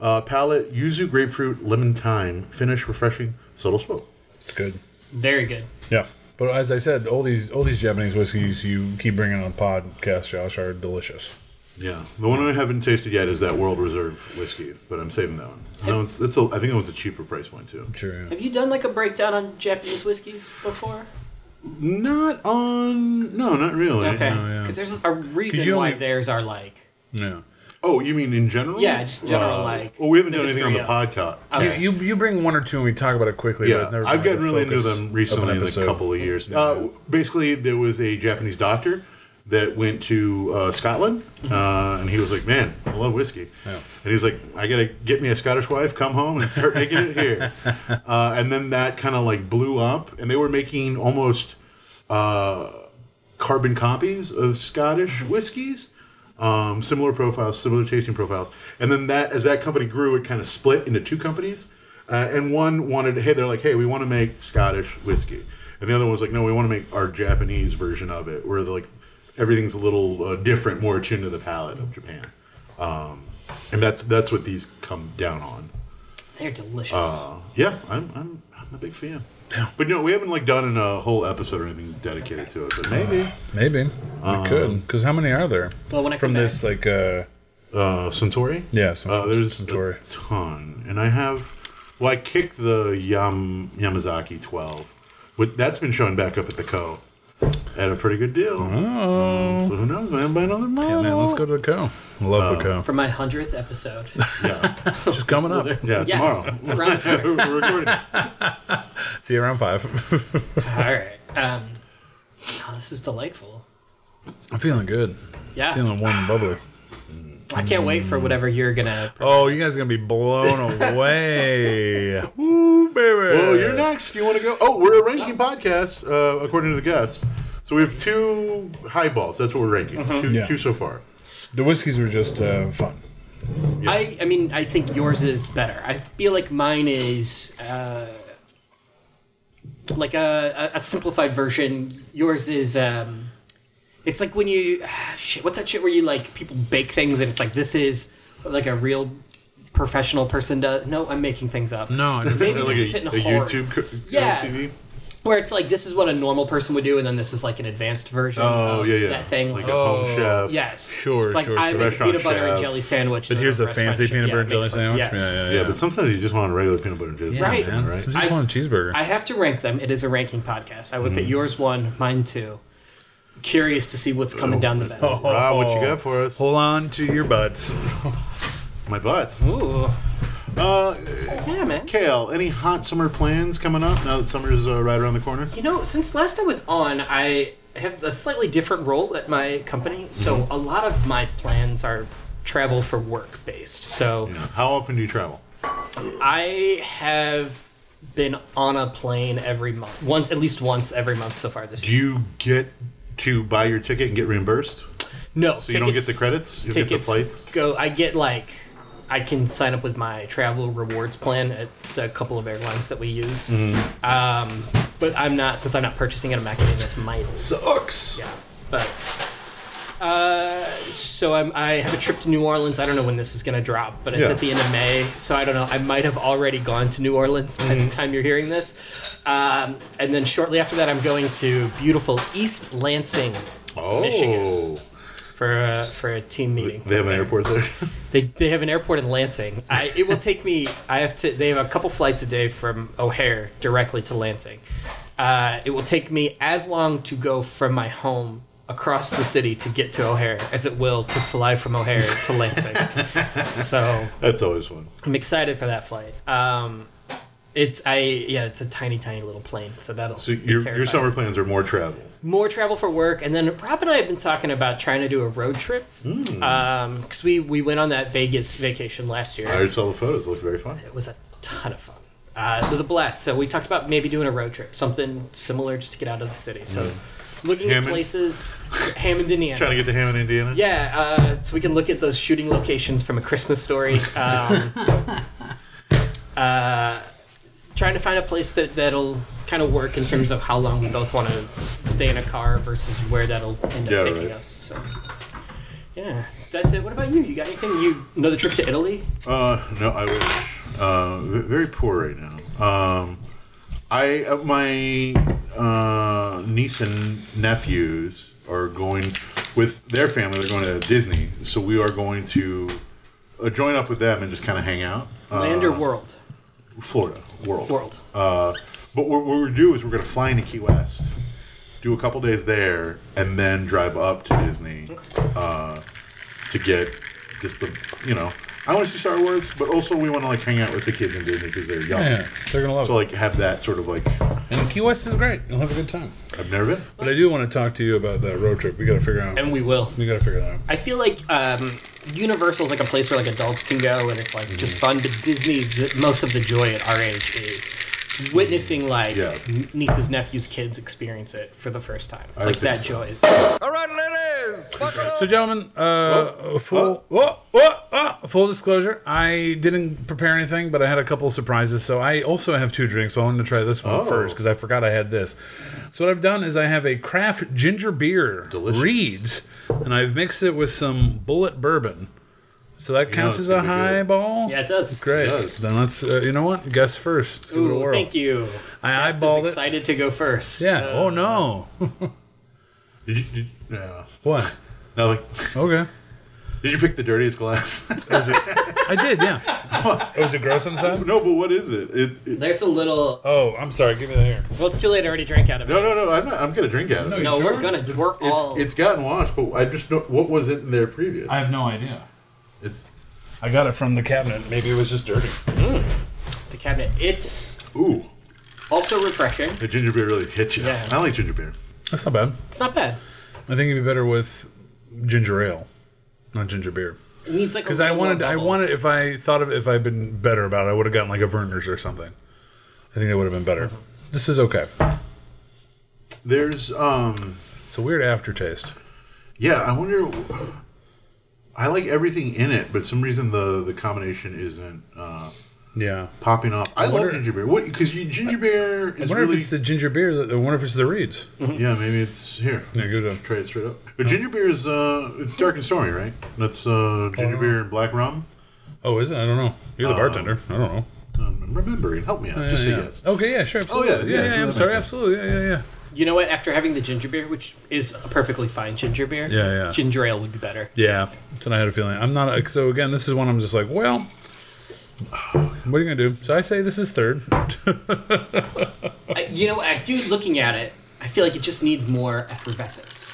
Uh, palate: yuzu, grapefruit, lemon, thyme. Finish: refreshing, subtle smoke. It's good. very good. Yeah. But as I said, all these all these Japanese whiskeys you keep bringing on podcast, Josh, are delicious. Yeah, the one I haven't tasted yet is that World Reserve whiskey, but I'm saving that one. I know it's, it's a, I think it was a cheaper price point too. Sure. Have you done like a breakdown on Japanese whiskeys before? Not on, no, not really. Okay, because no. there's a reason you why only- theirs are like. Yeah. Oh, you mean in general? Yeah, just general, Uh, like, Well, we haven't the done anything on the history podcast. Okay. You, you bring one or two and we talk about it quickly. but Yeah, it's never I've been gotten the really into focus them of an recently, like a episode. couple of years. Uh, basically, there was a Japanese doctor that went to uh, Scotland, Mm-hmm. uh, and he was like, "Man, I love whiskey," and he's like, "I gotta get me a Scottish wife, come home, and start making it <laughs> here." Uh, and then that kind of like blew up, and they were making almost uh, carbon copies of Scottish whiskeys. Um, similar profiles, similar tasting profiles, and then that as that company grew, it kind of split into two companies, uh, and one wanted, hey, they're like, hey, we want to make Scottish whiskey, and the other one was like, no, we want to make our Japanese version of it, where like everything's a little uh, different, more attuned to the palate of Japan, um, and that's that's what these come down on. They're delicious. Uh, yeah, I'm, I'm I'm a big fan. But no, we haven't like done a whole episode or anything dedicated to it. But maybe Maybe. we Um, could. Because how many are there? Well, when I From come this, like, uh, uh, Centauri. yeah. Some, Uh, there's some a ton, and I have. Well, I kicked the Yam Yamazaki twelve, but that's been showing back up at the Co. At a pretty good deal. Um, so who knows? Man, buy another Yeah, model. man, let's go to the co. Love the co. for my hundredth episode. It's just coming up. Yeah, Yeah. tomorrow. <laughs> It's around the corner. We're recording. See you around five. <laughs> All right. Um, oh, this is delightful. I'm feeling good. Yeah, Feeling warm and bubbly. I can't wait for whatever you're gonna. Oh, you guys are gonna be blown away. Woo, baby. Well, Oh, you're next. You want to go? Oh, we're a ranking podcast, uh, according to the guests. So we have two highballs. That's what we're ranking. Mm-hmm. Two, Yeah. two so far. The whiskeys were just uh, fun. I, I mean, I think yours is better. I feel like mine is uh, like a, a, a simplified version. Yours is. Um, it's like when you <sighs> ah, shit. What's that shit where you like people bake things and it's like this is what, like a real professional person does. No, I'm making things up. No, I didn't. maybe Like this is a, hitting a hard. YouTube co- Yeah. TV. where it's like this is what a normal person would do, and then this is like an advanced version. Oh of yeah, yeah. that thing. Like Like, a home chef. yes, Sure, Like sure, I sure. make a Restaurant peanut butter chef. and jelly sandwich. But then here's a restaurant fancy chef- peanut yeah, butter and it jelly makes, like, sandwich. yes. Yeah, yeah, Yeah, yeah. but sometimes you just want a regular peanut butter and jelly Right. sandwich, man. right? So just I- want a cheeseburger. I have to rank them. It is a ranking podcast. I look Mm-hmm. at yours one, mine two. Curious to see what's coming down the Oh. middle. Rob, what you got for us? Hold on to your butts. My butts. Oh. Ooh. Uh, Yeah, man. Kale, any hot summer plans coming up now that summer's uh, right around the corner? You know, since last I was on, I have a slightly different role at my company, so Mm-hmm. a lot of my plans are travel for work based. So You know, how often do you travel? I have been on a plane every month, once at least once every month so far this Do year. you get to buy your ticket and get reimbursed? No, So you don't get the credits? You get the flights? Go. I get like I can sign up with my travel rewards plan at the couple of airlines that we use. Mm-hmm. Um, but I'm not since I'm not purchasing it. I'm not getting this might Sucks. Yeah, but. Uh, so I'm, I have a trip to New Orleans. I don't know when this is gonna drop, but it's Yeah. at the end of May. So I don't know. I might have already gone to New Orleans by Mm-hmm. the time you're hearing this. Um, and then shortly after that, I'm going to beautiful East Lansing Oh. Michigan. for a, for a team meeting. They have an airport there. <laughs> They, they have an airport in Lansing. I, it will take me. I have to. They have a couple flights a day from O'Hare directly to Lansing. Uh, it will take me as long to go from my home across the city to get to O'Hare as it will to fly from O'Hare to Lansing. so That's always fun. I'm excited for that flight. Um, it's I yeah. It's a tiny tiny little plane, so that'll. So be your, your terrifying. summer plans are more travel. more travel for work, and then Rob and I have been talking about trying to do a road trip because Hmm. we we went on that Vegas vacation last year. I already saw the photos. Looked very fun. It was a ton of fun. Uh, it was a blast. So we talked about maybe doing a road trip, something similar, just to get out of the city. So looking Mm. Hammond? at places, <laughs> Hammond, Indiana. Trying to get to Hammond, Indiana. Yeah, uh, so we can look at those shooting locations from A <laughs> Christmas Story. Um, uh, trying to find a place that that'll kind of work in terms of how long we both want to stay in a car versus where that'll end up Yeah, taking right. us. So, yeah, that's it. What about you? You got anything? You another trip to Italy? Uh, no, I wish. Uh, v- very poor right now. Um, I uh, my uh, niece and nephews are going with their family. They're going to Disney, so we are going to uh, join up with them and just kind of hang out. Uh, Land or world? Florida, world, World. Uh, but what what we do is we're going to fly into Key West, do a couple days there, and then drive up to Disney uh, to get just the you know. I want to see Star Wars, but also we want to like hang out with the kids in Disney because they're young. <laughs> Yeah, they're gonna love So it. like have that sort of like And Key West is great. You'll have a good time. I've never been. But I do want to talk to you about that road trip. We got to figure out. And we will. we got to figure that out. I feel like um, Universal is like a place where like adults can go and it's like Mm. just fun. But Disney, the, most of the joy at our age is witnessing like Yeah. n- nieces, nephews, kids experience it for the first time. It's I like think that so. joy is. All right, ladies, buckle up. So, gentlemen, uh, full whoa, whoa, whoa, full disclosure, I didn't prepare anything, but I had a couple of surprises. So I also have two drinks. So I wanted to try this one Oh. first because I forgot I had this. So what I've done is I have a craft ginger beer, Delicious. Reeds, and I've mixed it with some bullet bourbon. So that counts it's as a gonna be good. highball. Yeah, it does. Great. It does. Then let's. Uh, you know what? Guess first. Let's give it a Ooh, whirl. thank you. I Guest is eyeballed it. Excited to go first. Yeah. Uh, oh no. Did you? Did, yeah. <laughs> what? Nothing. <laughs> Okay. Did you pick the dirtiest glass? I did. Yeah. <laughs> it was it gross <laughs> inside? no, but what is it? It. it There's a little. Oh, I'm sorry. Give me the hair. Well, it's too late. I already drank out of it. no, no, no. I'm not. I'm gonna drink out of it. you No, we're sure? gonna. we're all. It's, it's gotten washed, but I just don't, what was it in there previous? have no idea. it's I got it from the cabinet. Maybe it was just dirty. the cabinet. It's ooh. also refreshing. The ginger beer really hits you. Yeah. I like ginger beer. That's not bad. It's not bad. I think it'd be better with ginger ale, not ginger beer. It needs like a Because I little more wanted, I bubble. wanted. If I thought of, if I'd been better about it, I would have gotten like a Verner's or something. I think that would have been better. This is okay. There's um It's a weird aftertaste. yeah, I wonder I like everything in it, but some reason the the combination isn't uh Yeah. popping off. I, wonder- love ginger beer. What cuz you ginger beer I is wonder really if it's the ginger beer. that- I wonder if it's the reeds. Yeah, maybe it's here. Yeah, good. uh, Try it straight up. But ginger beer is uh it's dark and stormy, right? That's uh Uh-huh. ginger beer and black rum. Oh, is it? I don't know. You're the bartender. I don't know. Um, remembering, help me out. Um, just Oh, say yeah, yeah. yes. Oh, Okay, yeah, sure. Absolutely. yeah, yeah, yeah. so that I'm makes sorry. sense. Absolutely. Yeah, yeah, yeah. You know what? After having the ginger beer, which is a perfectly fine ginger beer, Yeah, yeah. ginger ale would be better. Yeah, that's what I had a feeling. I'm not. a- So again, this is one I'm just like, well, what are you gonna do? So I say this is third. I, you know, I do looking at it, I feel like it just needs more effervescence.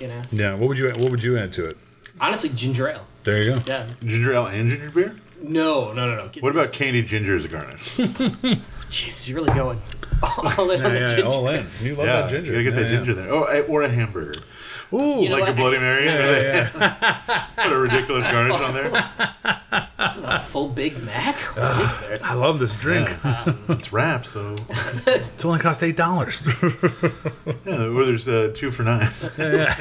You know, Yeah. What would you What would you add to it? honestly, ginger ale. There you go. Yeah. Ginger ale and ginger beer? No, no, no, no. Get What this. about candied ginger as a garnish? Jesus, you're really going all in on the Yeah, yeah, ginger. all in. You love yeah, that ginger. You gotta get Yeah, that ginger there. Oh, I- or a hamburger. Yeah. Ooh. You know like what? a Bloody Mary. yeah, yeah. <laughs> Put a ridiculous garnish on there. This is a full Big Mac. What is this? I love this drink. It's wrapped, so It's only cost eight dollars. <laughs> yeah. Or there's uh, two for nine. <laughs>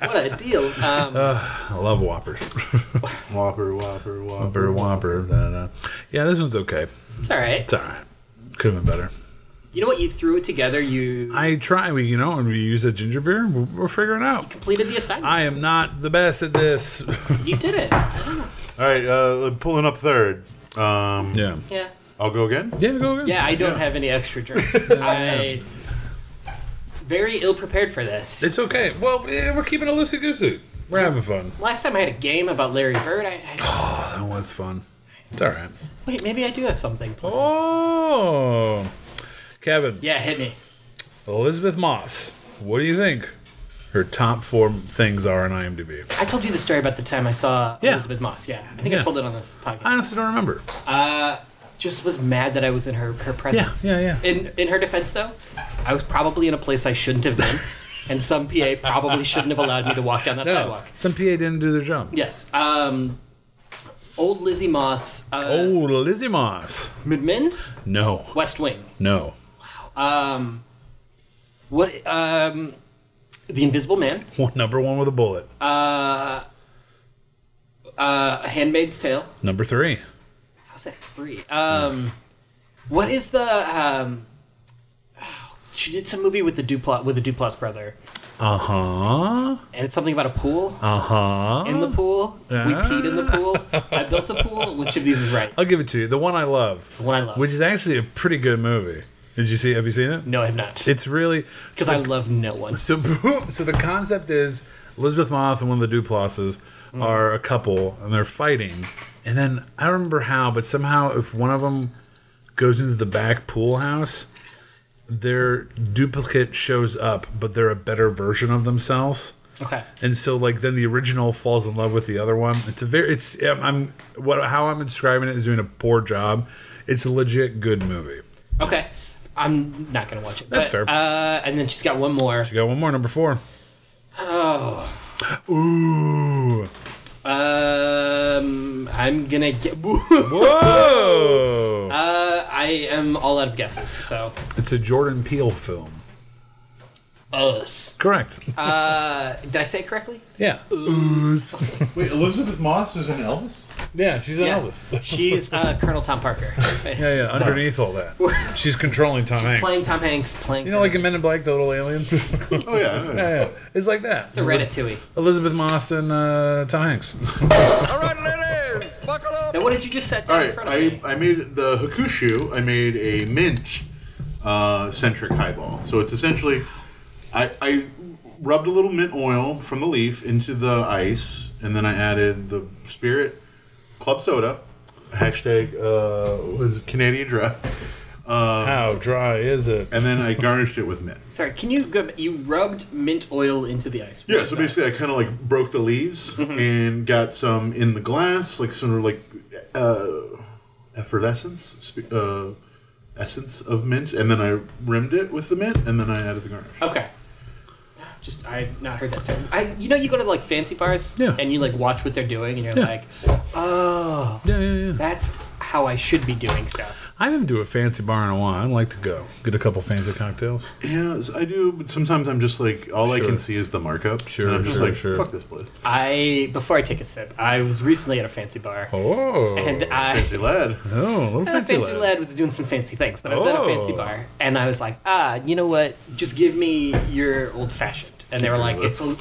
What a deal. Um, I love Whoppers. Whopper, whopper, whopper. Whopper, Whopper. da, da, da. Yeah, this one's okay. it's all right. It's all right. Could have been better. You know what? You threw it together. You I try. We, you know, and we use a ginger beer. We're, we're figuring it out. completed the assignment. I am not the best at this. <laughs> you did it. All right, uh, pulling up third. Um, Yeah. Yeah. I'll go again. Yeah. Go. Ahead. Yeah, I don't have any extra <laughs> drinks. I very ill prepared for this. It's okay. Well, yeah, we're keeping it loosey goosey. We're having fun. Last time I had a game about Larry Bird, I, I <sighs> just, That was fun. It's all right. wait, maybe I do have something. Oh, Kevin, Yeah, hit me. Elizabeth Moss. What do you think her top four things are on IMDb? I told you the story about the time I saw Yeah. Elizabeth Moss. Yeah, I think Yeah. I told it on this podcast. I honestly don't remember. Uh, just was mad that I was in her, her presence. yeah, yeah. In in her defense, though, I was probably in a place I shouldn't have <laughs> been, and some PA probably shouldn't have allowed me to walk down that sidewalk. Some PA didn't do their job. Yes. Um, old Lizzie Moss, uh, Oh, Lizzie Moss. Midmin, No, West Wing. no. Um, what? Um, the Invisible Man, One, number one with a bullet. uh, Handmaid's Tale. Number three. How's that three? Um, what is the? Um, <sighs> oh, she did some movie with the Dupla with the Duplass brother, Uh huh. and it's something about a pool. Uh huh. in the pool, we Ah. peed in the pool. <laughs> I built a pool. Which of these is right? I'll give it to you. The one I love. The one I love. Which is actually a pretty good movie. Did you see? Have you seen it? No, I have not. It's really Because I love no one. So, <laughs> so the concept is Elizabeth Moth and one of the Duplasses are a couple and they're fighting. And then I don't remember how, but somehow if one of them goes into the back pool house, their duplicate shows up, but they're a better version of themselves. Okay. And so, like, then the original falls in love with the other one. It's a very, it's, I'm, I'm what, how I'm describing it is doing a poor job. It's a legit good movie. Okay. I'm not gonna watch it. That's but, fair. Uh, and then she's got one more. You got one more, number four. Oh. Ooh. Um, I'm gonna get. Whoa! Uh, I am all out of guesses. So it's a Jordan Peele film. Uh, us. Correct. Did I say it correctly? yeah. Wait, Elizabeth Moss is an Elvis? Yeah, she's an Elvis. <laughs> She's uh, Colonel Tom Parker. Yeah, yeah, underneath <laughs> all that. She's controlling Tom Hanks. Playing Tom Hanks. Playing. you know, like in Men in Black, the <laughs> little alien? yeah, Oh yeah. yeah. It's like that. a Ratatouille. Elizabeth Moss and uh, <laughs> Tom Hanks. All right, ladies, buckle up. Now, what did you just set down All in right, front of I, me? I made the hakushu. I made a mint uh, centric highball. So it's essentially, I, I rubbed a little mint oil from the leaf into the ice, and then I added the spirit club soda. Hashtag uh, was it Canadian Dry, Um, How dry is it? and then I garnished it with mint. Sorry, can you go? You rubbed mint oil into the ice. Yeah, so basically, I kind of like broke the leaves and got some in the glass, like some like uh, effervescence, sp- uh, essence of mint, and then I rimmed it with the mint, and then I added the garnish. Okay. Just I had not heard that term. I you know you go to like fancy bars Yeah. and you like watch what they're doing and you're Yeah. like "Oh, Yeah, yeah, yeah. that's how I should be doing stuff. I haven't been to a fancy bar in a while. I'd like to go get a couple fancy cocktails. Yeah, so I do, but sometimes I'm just like, all I Sure. can see is the markup. Sure, and I'm just sure, like, sure. fuck this place. I before I take a sip, I was recently at a fancy bar Oh, and I Fancy lad. oh, <laughs> a little a fancy, fancy lad was doing some fancy things, but I was at a fancy Oh. bar and I was like, ah, you know what? Just give me your old fashioned. And they were like, it's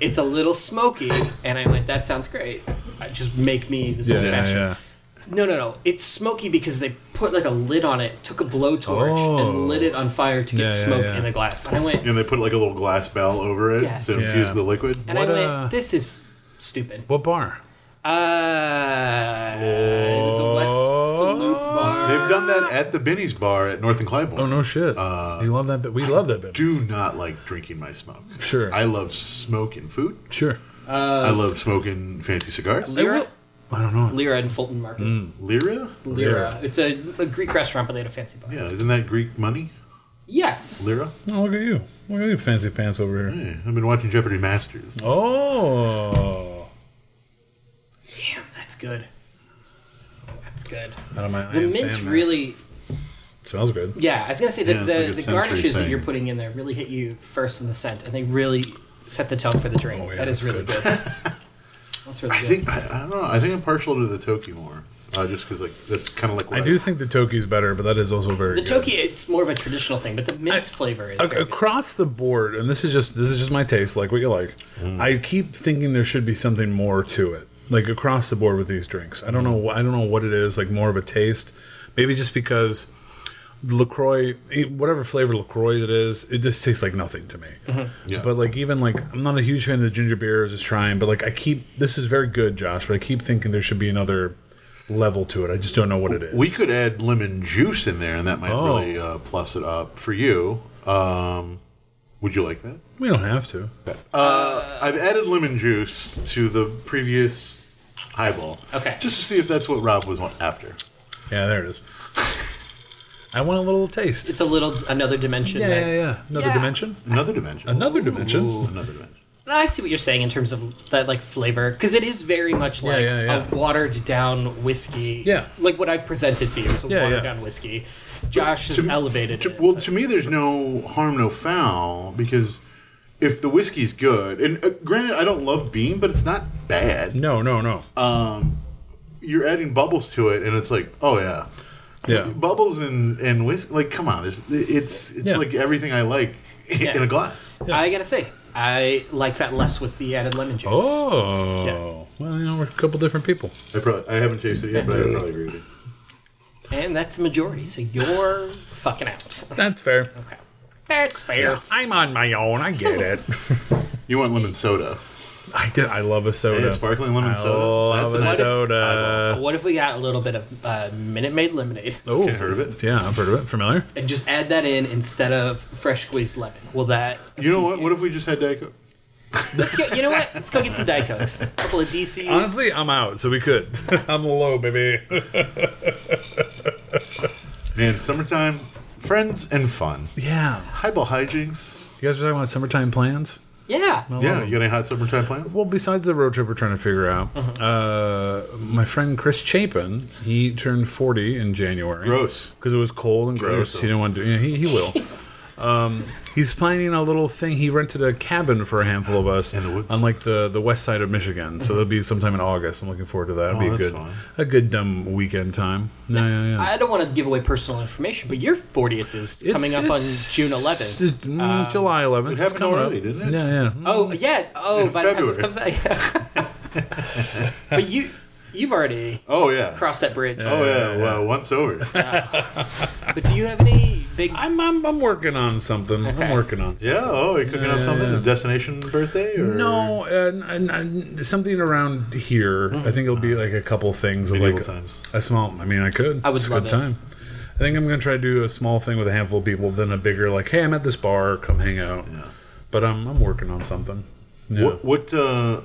it's a little smoky, and I went, that sounds great. Uh, Just make me this Yeah, old yeah, fashioned. yeah. No, no, no. It's smoky because they put like a lid on it, took a blowtorch, Oh. and lit it on fire to get Yeah, yeah, smoke yeah. in a glass. And I went, And they put like a little glass bell over it Yes. to infuse Yeah. the liquid. and what I went, a- this is stupid. What bar? Uh, it was a West Loop bar. They've done that at the Benny's bar at North and Clybourne. Oh no shit! you love that bit. We love that bit. Do not like drinking my smoke. Sure. I love smoking food. sure. I love smoking fancy cigars. Um, Lyra, I don't know. Lyra in Fulton Market. Lyra? Lyra. It's a, a Greek restaurant, but they had a fancy bar. Yeah, isn't that Greek money? Yes. Lyra? Oh, look at you! Look at you, fancy pants over here. Yeah, I've been watching Jeopardy Masters. Oh, Damn, that's good. That's good. out of my I The Am mint Sandman. really, smells good. yeah. I was gonna say Yeah, it's that the, like a the sensory garnishes that thing. you're putting in there really hit you first in the scent, and they really set the tone for the drink. Oh, yeah, that is that's really good. good. that's really I good. think I, I don't know. I think I'm partial to the Toki more, uh, just because like that's kind of like what I do think the toki's better, but that is also very the good. toki, it's more of a traditional thing, but the mint I- flavor is. Ac- very good. across the board, and this is just this is just my taste, like what you like. I keep thinking there should be something more to it, like across the board with these drinks. I don't know, wh- I don't know what it is, like more of a taste, maybe just because Lacroix, eh, whatever flavor Lacroix it is, it just tastes like nothing to me. Mm-hmm. Yeah. But like even like I'm not a huge fan of the ginger beer, I was just trying, but like I keep this is very good, Josh, but I keep thinking there should be another level to it. I just don't know what it is. we could add lemon juice in there, and that might Oh. really uh, plus it up for you. Um, would you like that? we don't have to. I've added lemon juice to the previous highball, Okay. just to see if that's what Rob was wa- after. Yeah, there it is. I want a little taste. It's a little another dimension. Yeah, that- yeah, yeah. Another Yeah. dimension. Another dimension. Another dimension. Ooh, Another dimension. I see what you're saying in terms of that like flavor because it is very much like yeah, yeah. a watered down whiskey. Yeah. like what I presented to you is a Yeah, yeah. watered down whiskey. Josh has To- elevated. to- it. well, to me, there's no harm, no foul, because if the whiskey's good, and uh, granted, I don't love Beam, but it's not bad. Um, No, no, no. You're adding bubbles to it, and it's like, oh yeah, yeah. bubbles and and whiskey. Like, come on, there's it's it's Yeah. like everything I like <laughs> in Yeah. a glass. I gotta say, I like that less with the added lemon juice. Oh. Yeah. Well, you know, we're a couple different people. I probably I haven't tasted it yet, but I probably agree with you. And that's a majority, so you're fucking out. That's fair. Okay, that's fair. I'm on my own. I get it. You want lemon soda? I do. I love a soda. Yeah, sparkling lemon I soda. love That's a a nice Oh, soda. What if we got a little bit of uh, Minute Maid lemonade Oh, Okay, heard of it. Yeah, I've heard of it. Familiar? and just add that in instead of fresh squeezed lemon? Will that? You know what? What if we just had Diet Coke? Let's go, you know what? Let's go get some Diet Cokes. A couple of DCs. Honestly, I'm out, so we could. <laughs> I'm low, baby. Man, summertime, friends and fun. yeah. Highball hijinks. You guys are talking about summertime plans? yeah. Yeah, you got any hot summertime plans? Well, besides the road trip we're trying to figure out, Uh-huh. uh, my friend Chris Chapin, he turned 40 in January. Gross. Because it was cold and gross. Gross. He didn't want to do it. He, he will. Um, he's planning a little thing. He rented a cabin for a handful of us In the woods. Mm-hmm. on like the, the west side of Michigan. So that'll be sometime in August. I'm looking forward to that. It'll Oh, be a that's good, fun. a good dumb weekend time. Yeah, yeah, yeah. I don't want to give away personal information, but your 40th is coming up on it's- June 11th. it's, mm, July 11th. It's happened coming already, up. didn't um, it? Mm-hmm. Yeah, yeah. Oh yeah. Oh, by the time this February. comes out. <laughs> yeah. but you, you've already Oh yeah. crossed that bridge. Oh yeah. Well, once over. <laughs> But do you have any big? I'm, I'm, I'm working on something. I'm Okay. working on something. yeah. Oh, you cooking up something? A destination birthday? Or Mm-hmm. No, and, and, and something around here. I think it'll be like a couple things. Of Medieval like times. A small. I mean, I could. I would it's a love good it. time. I think I'm gonna try to do a small thing with a handful of people, then a bigger like, hey, I'm at this bar, come hang out. But I'm I'm working on something. Yeah. What? What? Uh,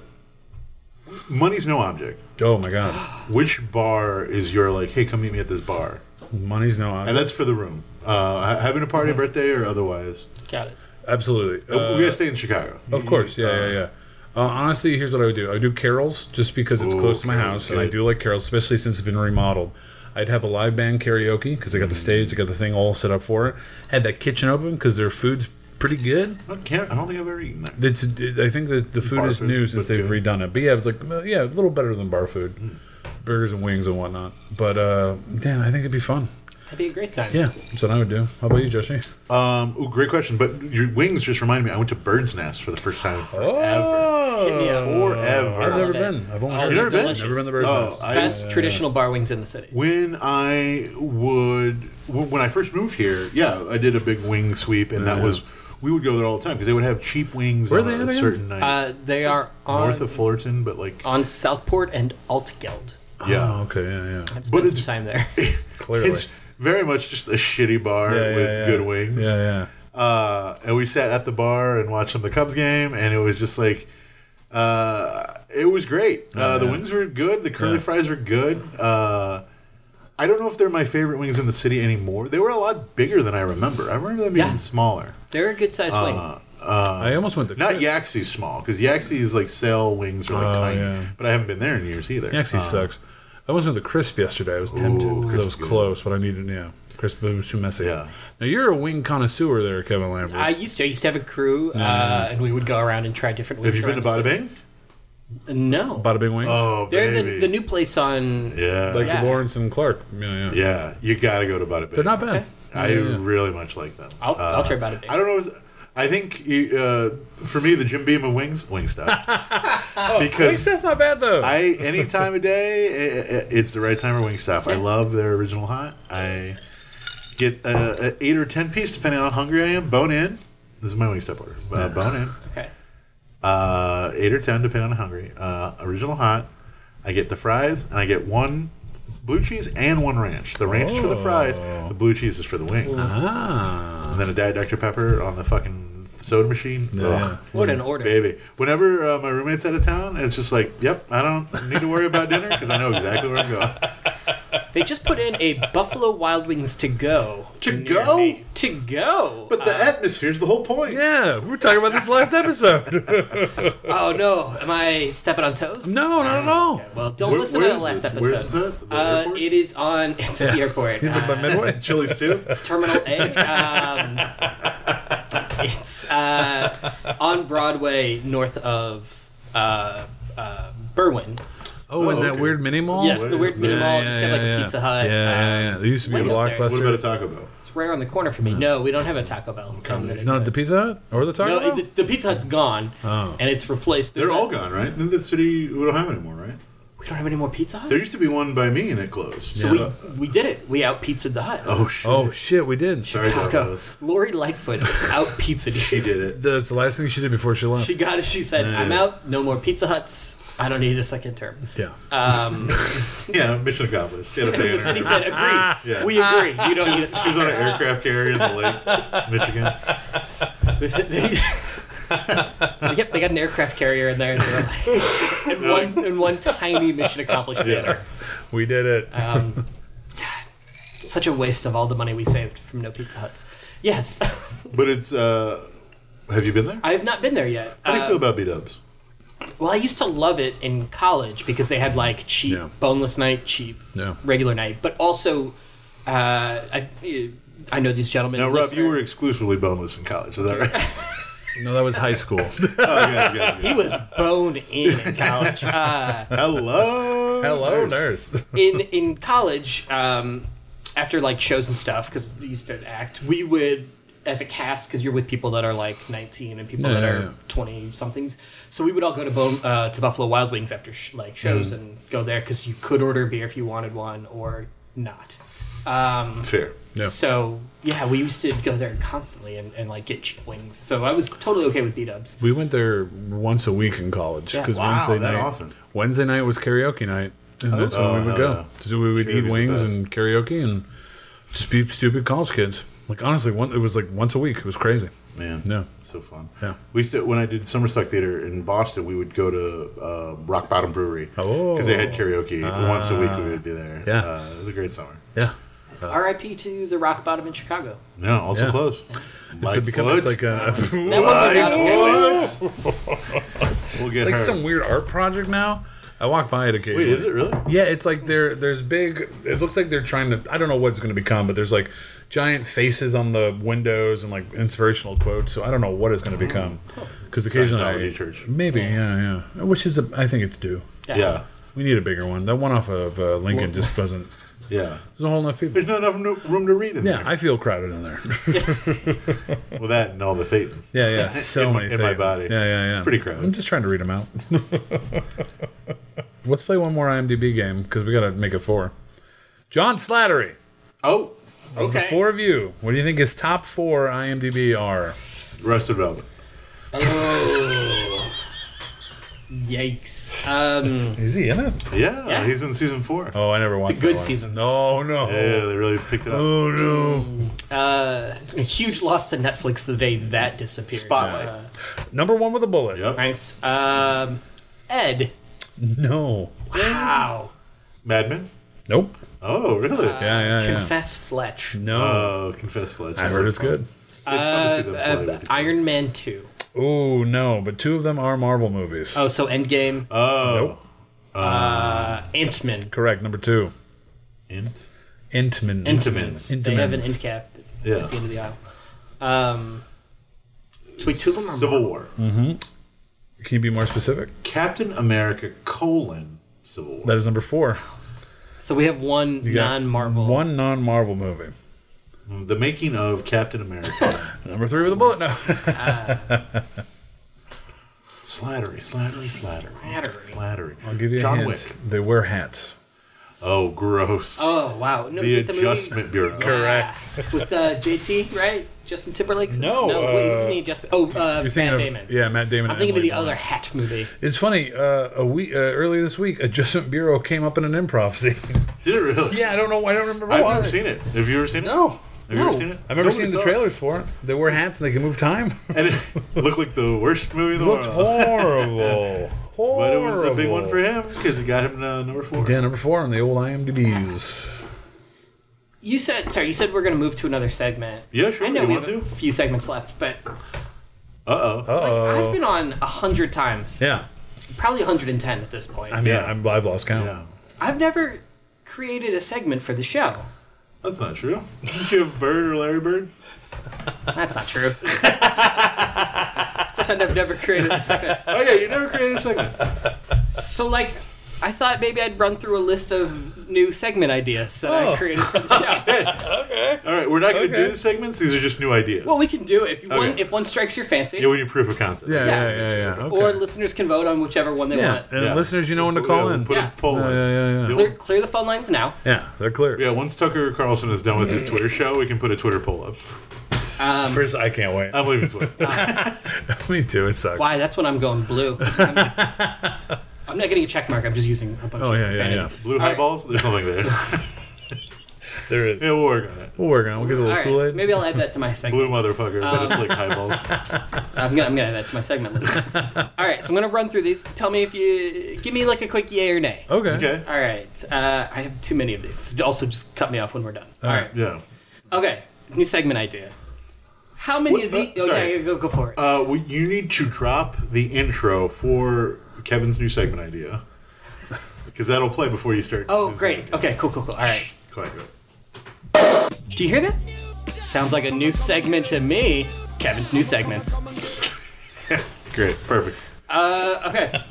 money's no object. Oh my god, <gasps> Which bar is your like? Hey, come meet me at this bar, money's no and object. that's for the room. Uh, ha- having a party, birthday, or otherwise. Got it. Absolutely. we gotta stay in Chicago. Of course, yeah, yeah, yeah. Uh, honestly, here's what I would do. I would do carols just because it's Ooh, close to my carols house, is and I good. do like carols, especially since it's been remodeled. I'd have a live band karaoke because I Mm-hmm. got the stage, I got the thing all set up for it. Had that kitchen open because their food's pretty good. I can't. I don't think I've ever eaten there. It's, I think that the food Bar is food, new since but they've good. Mm. redone it. But yeah, like uh, yeah, a little better than bar food, burgers and wings and whatnot. But uh, damn, I think it'd be fun. That'd be a great time. Yeah, that's what I would do. How about you, Jesse? Um, ooh, great question. But your wings just reminded me. I went to Bird's Nest for the first time in forever. Oh, Forever. I've never Love it. been. I've only Oh, heard they're of it. delicious. Never been the bird's Oh, nest. I- Best traditional bar wings in the city. When I would, w- when I first moved here, yeah, I did a big wing sweep, and that was we would go there all the time because they would have cheap wings Where on are they a at again? certain night, Uh, they are on north of Fullerton, but like on Southport and Altgeld. yeah, Oh, okay, yeah, yeah. I've spent some it's- time <laughs> there. Clearly. it's very much just a shitty bar Yeah, yeah, with yeah. good wings. Yeah, yeah. Uh, and we sat at the bar and watched some of the Cubs game, and it was just like. Uh, it was great. Uh, the wings were good. The curly Oh, Yeah. fries were good. Uh, I don't know if they're my favorite wings in the city anymore. They were a lot bigger than I remember. I remember them being Yeah. smaller. They're a good sized Uh, wing. I almost went to Uh, Not Yaxi's small because Yaxi's like sale wings are like Oh, tiny, yeah. but I haven't been there in years either. Yaxi Uh, sucks. I almost went to Crisp yesterday. I was tempted Ooh, because I Crisp's was good. close, but I needed yeah. Crisp but it was too messy. Yeah. Now you're a wing connoisseur, there, Kevin Lambert. I used to. I used to have a crew, uh, and we would go around and try different wings. Have you been to around Bada the Bing? city. No. Bada Bing Wings, Oh, They're baby. the, the new place on. yeah, like yeah. Lawrence and Clark. Yeah, yeah. yeah. You gotta go to Bada Bing. They're not bad. Okay. I really much like them. I'll, I'll try about it. Uh, I don't know. if- I think uh, for me, the Jim Beam of wings, wing stuff, Wing because stuff's not bad though. I any time of day, i- i- it's the right time for wing stuff. I love their original hot. I get a, a eight or ten piece depending on how hungry I am. Bone in. This is my wing stuff order. Uh, bone in. Okay. Uh, eight or ten depending on how hungry. Uh, original hot. I get the fries and I get one. Blue cheese and one ranch. The ranch is for the fries. The blue cheese is for the wings. ah, And then a Diet Dr. Pepper on the fucking soda machine. Ugh. What an <laughs> order. Baby, whenever uh, my roommate's out of town, it's just like, yep, I don't need to worry about dinner because I know exactly where I'm going. They just put in a Buffalo Wild Wings to go. To near go? me. To go. <laughs> But the atmosphere's the whole point. Yeah, we were talking about this last episode. <laughs> oh no, am I stepping on toes? No, not at all. Well, don't Where- listen to where the is last this? episode. Where's this at? The uh, airport? it is on. <laughs> It's at <laughs> the airport. Is it by Uh, midway? <laughs> Chili's too. Terminal <laughs> A. Um, it's uh, on Broadway, north of uh, uh, Berwyn. Oh, and that okay. weird mini mall. Yes, the weird mini mall. It used to have like yeah, a Pizza Hut. uh, Yeah, yeah, yeah. There used to be a way up there. blockbuster. What about a Taco Bell? It's right around the corner from me. No, we don't have a Taco Bell. no, the Pizza Hut or the Taco No, Bell? the, the Pizza Hut's gone, and it's replaced. Oh. They're there's all a- gone, right? Then the city we don't have any more, right? We don't have any more Pizza Hut. There used to be one by me and it closed. so we, we did it. We out pizzaed the hut. oh shit. oh shit, we did. Sorry, Taco. Darvos. Lori Lightfoot out <laughs> pizzaed. She did it. That's the last thing she did before she left. She got it. She said, "I'm out. No more Pizza Huts. I don't need a second term." yeah. uh, Um, Yeah, mission accomplished. She had a <laughs> the fan. city <laughs> said, "Agree. Yeah. We agree. You don't need a She second was <laughs> on an term." aircraft carrier in the <laughs> lake, Michigan. yep, they got an aircraft carrier in there, and, they were like, <laughs> in one in one tiny mission accomplished manner. we did it. Such a waste of all the money we saved from no Pizza Huts. Yes, But it's. uh Have you been there? I have not been there yet. How do you Uh, feel about B Dubs? Well, I used to love it in college because they had like cheap Yeah. boneless night, cheap Yeah. regular night, but also uh, I I know these gentlemen. Now, Rob, you listener- were exclusively boneless in college. Is that right? no, that was <laughs> high school. oh, yeah, yeah, he was bone in in college. Uh, Hello. Hello, nurse. in in college, um, after like shows and stuff, because we used to act, we would as a cast because you're with people that are like 19 and people Yeah, that yeah, yeah. are 20 somethings. So we would all go to Bone, uh, to Buffalo Wild Wings after sh- like shows Mm. and go there because you could order a beer if you wanted one or not. Um, Fair. Yeah. So yeah, we used to go there constantly and, and like get cheap wings. So I was totally okay with beat ups. We went there once a week in college Yeah. because Wow, Wednesday that night often. Wednesday night was karaoke night, and that's when Oh, we would hell go. yeah. So we would Karaoke's eat the wings best. and karaoke and just be stupid college kids. Like honestly, one, it was like once a week. It was crazy. Man. Yeah. It's so fun. Yeah. We used to, when I did summer stock theater in Boston, we would go to uh, Rock Bottom Brewery. Oh. Because they had karaoke once a week. We would be there. Yeah. Uh, it was a great summer. Yeah. R.I.P. to the Rock Bottom in Chicago. No, also Yeah. closed. It's, it become, it's like a, That <laughs> one was not okay with. we'll get <laughs> it's like her. some weird art project now. I walk by it occasionally. Wait, is it really? Yeah, it's like there. There's big. It looks like they're trying to. I don't know what it's going to become, but there's like giant faces on the windows and like inspirational quotes. So I don't know what it's Oh. going to become. Because occasionally, I, Scientology church. maybe, yeah, yeah. Which is, a, I think it's due. Yeah. We need a bigger one. That one off of uh, Lincoln just doesn't. Yeah. There's not enough people. There's not enough no- room to read in Yeah, there. I feel crowded in <laughs> there. Well, that and all the Thetans. yeah, yeah. So In my- many in my things. body. Yeah, yeah, yeah. It's pretty crowded. I'm just trying to read them out. <laughs> Let's play one more IMDb game because we got to make it four. John Slattery. Oh, Of the four of you, what do you think his top four IMDb are? Rusted Velvet. Yikes. Um, Is he in it? Yeah, Yeah. he's in season four. Oh, I never watched The good that one. seasons. No, no. Yeah, they really picked it up. Oh no. uh, a huge loss to Netflix the day that disappeared. Spotlight. Uh, Number one with a bullet. Yep. nice. Um, Ed. No. Wow. Mad Men. Nope. Oh, really? Uh, Yeah, yeah, yeah. Confess Fletch. no. Oh, confess, Fletch. I heard it's good. It's fun to see them play Uh, with the Iron Man 2. Oh no, but two of them are Marvel movies. Oh, so Endgame. Uh, Oh, Nope. Ant Man. Correct. Number two. Int. Intamin. Intimans. They have an Intimans. end cap Yeah. at the end of the aisle. Um, so wait, two of them are Civil War. Mm. Can you be more specific? Captain America colon Civil War. That is number four. So we have one You got non-Marvel. One non-Marvel movie. Mm. the making of Captain America. <laughs> Number three with a bullet. No. slattery, slattery, slattery. Battery. Slattery. I'll give you John a hint. Wick. They wear hats. Oh, gross. Oh wow! No, the is it the movie- Adjustment Bureau. Correct. Ah, with uh, JT, right? Justin Timberlake's No, no, wait, uh, isn't he Adjustment? Oh, uh, You're Matt thinking of- Damon. Yeah, Matt Damon. I'm and thinking of Emily the other Hat movie. It's funny. Uh, a week uh, earlier this week, Adjustment Bureau came up in an improv scene. Did it really? <laughs> yeah, I don't know. I don't remember. I've why. never seen it. Have you ever seen it? No. Have you No. ever seen it? I've never Nobody seen the saw it. trailers for it. They wear hats and they can <laughs> move time. And it looked like the worst movie in the Looked world. horrible. horrible. But it was a big one for him because it got him to number four. Yeah, number four on the old IMDb's. you said sorry. You said we're gonna move to another segment. Yeah, sure, I know you we want have a to? few segments left, but Uh oh. Oh, I've been on a hundred times, yeah. probably 110 at this point. I mean, Yeah. I'm, I've lost count. Yeah. I've never created a segment for the show. That's not true. Did you have Bird or Larry Bird? That's not <laughs> true. Let's pretend I've never created a segment. Oh yeah, you never created a segment. So like. I thought maybe I'd run through a list of new segment ideas that I Oh. created for the show. <laughs> All right, we're not going to Okay. do the segments. These are just new ideas. Well, we can do it if one Okay. if one strikes your fancy, yeah, we need proof of concept. Yeah, Yeah. yeah, yeah, yeah. Okay. or listeners can vote on whichever one they yeah. want. And Yeah. listeners, you know when to Yeah, call we'll in. Put Yeah. a poll. Yeah, in. yeah, yeah. The Clear, old- clear the phone lines now. Yeah, they're clear. yeah, once Tucker Carlson is done with his Twitter show, we can put a Twitter poll up. First, I can't wait. I'm leaving <laughs> Twitter. <laughs> Me too. It sucks. Why? That's when I'm going <laughs> blue. I'm, I'm not getting a check mark. I'm just using a bunch Oh of yeah, yeah, vanity. yeah. Blue right. highballs? There's something <laughs> there. yeah, There is. we'll work on it. We'll work on. it. We'll get a All little right, Kool Aid. maybe I'll add that to my segment. Blue motherfucker, but it's like Um, highballs. <laughs> I'm gonna, I'm gonna add that to my segment <laughs> list. All right, so I'm gonna run through these. Tell me if you give me like a quick yay or nay. Okay. Okay. All right, uh, I have too many of these. So Also, just cut me off when we're done. All right. Yeah. Okay. New segment idea. How many What- of the? uh, oh yeah, sorry. yeah, go go for it. Uh, we, you need to drop the intro for Kevin's new segment idea. Because that'll play before you start. oh great. Okay. Cool. Cool. Cool. All right. Quite good. Do you hear that? Sounds like a new segment to me. Kevin's new segments. Great. Perfect. Okay.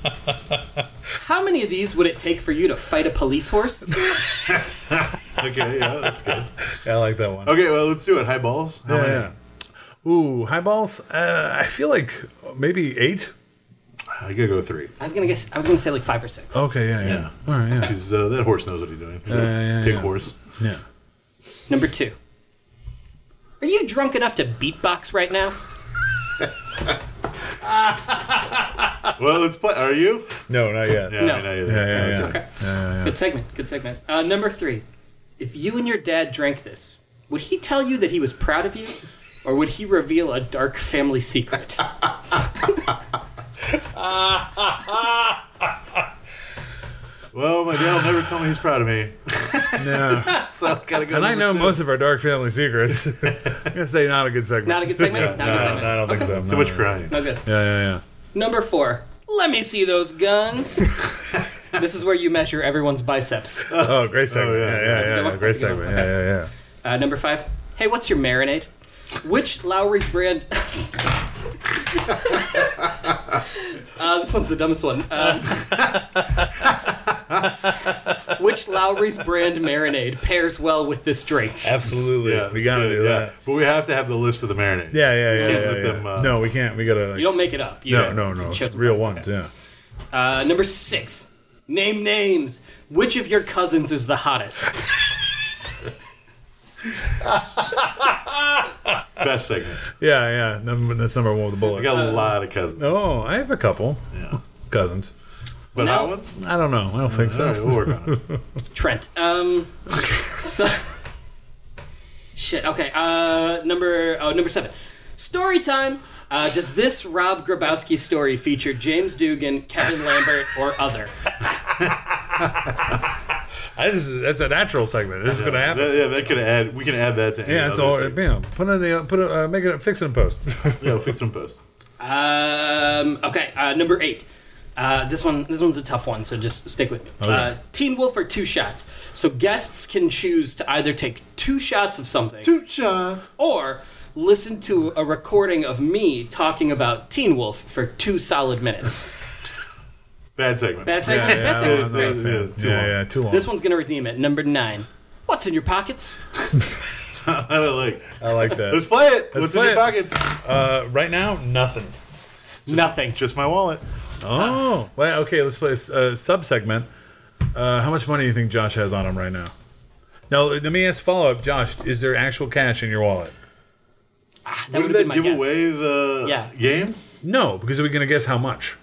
<laughs> How many of these would it take for you to fight a police horse? Okay, yeah, that's good. I like that one. Okay, well, let's do it. Highballs? How Oh, Yeah, many? yeah. Ooh, highballs. Uh, I feel like maybe eight. I gotta go three. I was gonna guess. I was gonna say like five or six. Oh. Okay. Yeah. Yeah. All right. Yeah. Because uh, that horse knows what he's doing. He's a yeah, yeah, big yeah. horse. Yeah. Number two. Are you drunk enough to beatbox right now? Well, let's play. Are you? No, not yet. Yeah, No. I uh, know Yeah, yeah, yeah. Okay. Good segment. Good segment. Uh, number three. If you and your dad drank this, would he tell you that he was proud of you, or would he reveal a dark family secret? Well, my dad will never tell me he's proud of me. <laughs> No. So I've gotta go. And I number know two. most of our dark family secrets. I'm gonna say not a good segment. Not a good segment. Not a <laughs> No, good no, segment. I don't think so. Too No, much no, no. crying. No good. Yeah, yeah, yeah. Number four. Let me see those <laughs> guns. this is where you measure everyone's biceps. Oh, great segment. yeah, yeah, yeah, yeah, that's a yeah, good yeah, one. Great That's a good one. segment. Yeah, yeah, yeah. Uh, number five. Hey, what's your marinade? Which Lowry's brand? <laughs> uh, this one's the dumbest one. Um, <laughs> which Lowry's brand marinade pairs well with this drink? Absolutely. Yeah, we that's gotta good, do yeah. that. But we have to have the list of the marinades. Yeah, yeah, yeah. can't yeah, let yeah. them, uh, no, we can't. We gotta. Like, You don't make it up. You no, gotta- no, it's- no. it It's shows the real product. ones. Yeah. Uh, number six. Name names. Which of your cousins is the hottest? Best segment. Yeah, yeah. Number, that's number one with the I bullet. Uh, got a lot of cousins. oh, I have a couple Yeah. cousins. But No. hot ones? I don't know. I don't think so. Sorry, we'll work <laughs> on it. Trent. Um. so, shit. Okay. Uh. Number. Oh, number seven. Story time. Uh, does this Rob Grabowski story feature James Dugan, Kevin Lambert, or other? I, this is, that's a natural segment. This is gonna happen. That- yeah, that could add. We can add that to. any yeah, it's other all. segment. Bam. Put it in the. Put it. Uh, make it. Fix it in post. Yeah, fix some post. Um, okay. Uh, number eight. Uh, this one. This one's a tough one, so just stick with me. Uh, Teen Wolf or Two Shots. So guests can choose to either take two shots of something Two shots. or listen to a recording of me talking about Teen Wolf for two solid minutes. Bad segment. That's it. yeah, yeah, That's I'm it. not a Yeah, fan. too long. yeah, yeah, too long. This one's gonna redeem it. Number nine. What's in your pockets? <laughs> I like. I like Let's that. play it. What's in play your it. pockets? Uh, right now, nothing. Nothing. Just my wallet. Oh, well, okay. Let's play a s- uh, sub segment. Uh, how much money do you think Josh has on him right now? Now, let me ask follow up, Josh. Is there actual cash in your wallet? That Did would have been that my give guess. away the Yeah. game? No, because we're gonna guess how much.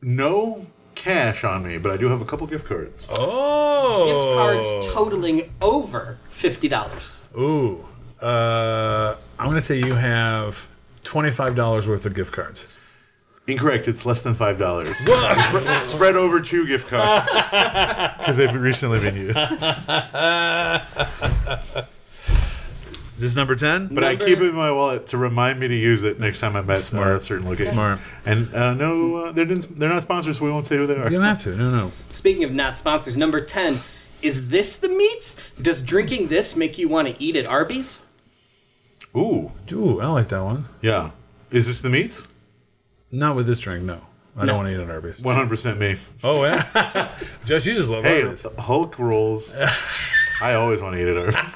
No cash on me, but I do have a couple gift cards. Oh, Gift cards totaling over fifty dollars. Ooh, uh, I'm gonna say you have twenty five dollars worth of gift cards. Incorrect. It's less than five dollars. <laughs> Spread, spread over two gift cards. Because they've recently been used. Is this number 10? But I Number- keep it in my wallet to remind me to use it next time I'm at Smart. a certain location. Smart. And uh, no, uh, they didn't, they're not sponsors, so we won't say who they are. You don't have to. No, no. Speaking of not sponsors, number 10. Is this the meats? Does drinking this make you want to eat at Arby's? Ooh, Ooh, I like that one. yeah. Is this the meats? Not with this drink, no. I No. don't want to eat an Arby's. 100% me. Oh, yeah. <laughs> Josh, you just love Hey, Arby's. Hulk rolls. I always want to eat at Arby's.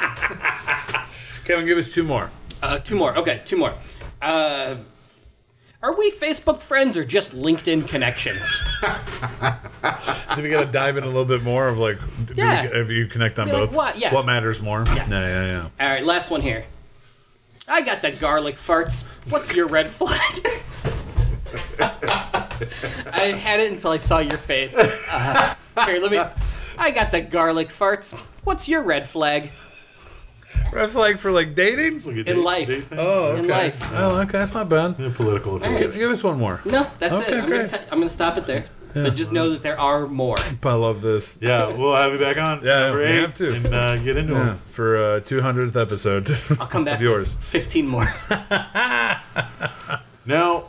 Kevin, give us two more. Uh, two more. Okay, two more. Uh, are we Facebook friends or just LinkedIn connections? Then we got to dive in a little bit more of like, do we- Yeah. if you connect on Be like, both, what? Yeah. matters more? Yeah, yeah, yeah. All right, last one here. I got the garlic farts. What's your red flag? <laughs> I had it until I saw your face. Uh, here, let me. I got the garlic farts. What's your red flag Red flag for like dating? in life? Oh, okay. In life. Oh, okay. That's not bad. Political affiliation. Give, give us one more. No, that's Okay, it. I'm gonna, great. cut- I'm gonna stop it there. But just know that there are more. I love this. Yeah, we'll have you back on. Yeah, number we eight, have to. And uh, get into Yeah, them. for uh, 200th episode I'll come back. <laughs> of yours. with Fifteen more. Now,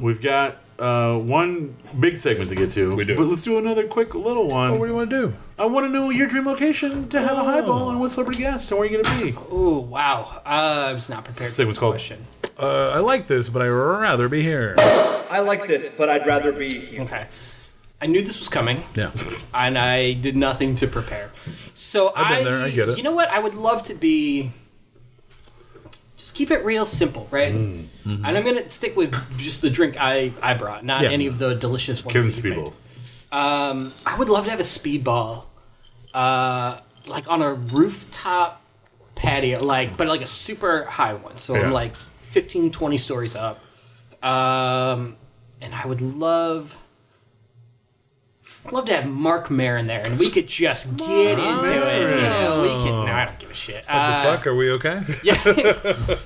we've got uh, one big segment to get to. We do. But let's do another quick little one. What do you want to do? I want to know your dream location to have a Oh. highball and what celebrity guest and where you're going to be. Ooh, wow. Uh, I was not prepared. for Segment's this called- question. Uh, I like this, but I'd rather be here. I like this, but I'd rather be here. Okay. I knew this was coming. Yeah. and I did nothing to prepare. So I've been I, there, I get it. You know what? I would love to be. Just keep it real simple, right? Mm. And I'm gonna stick with just the drink I, I brought, not Yeah. any of the delicious ones. Kevin that you made. Speedballs. Um, I would love to have a speedball, uh, like on a rooftop patio, like but like a super high one, so Yeah. I'm like 15, 20 stories up. Um, and I would love. I'd Love to have Mark Maron there, and we could just get into it. You know, we could. No, I don't give a shit. Uh, the fuck? Are we okay? yeah,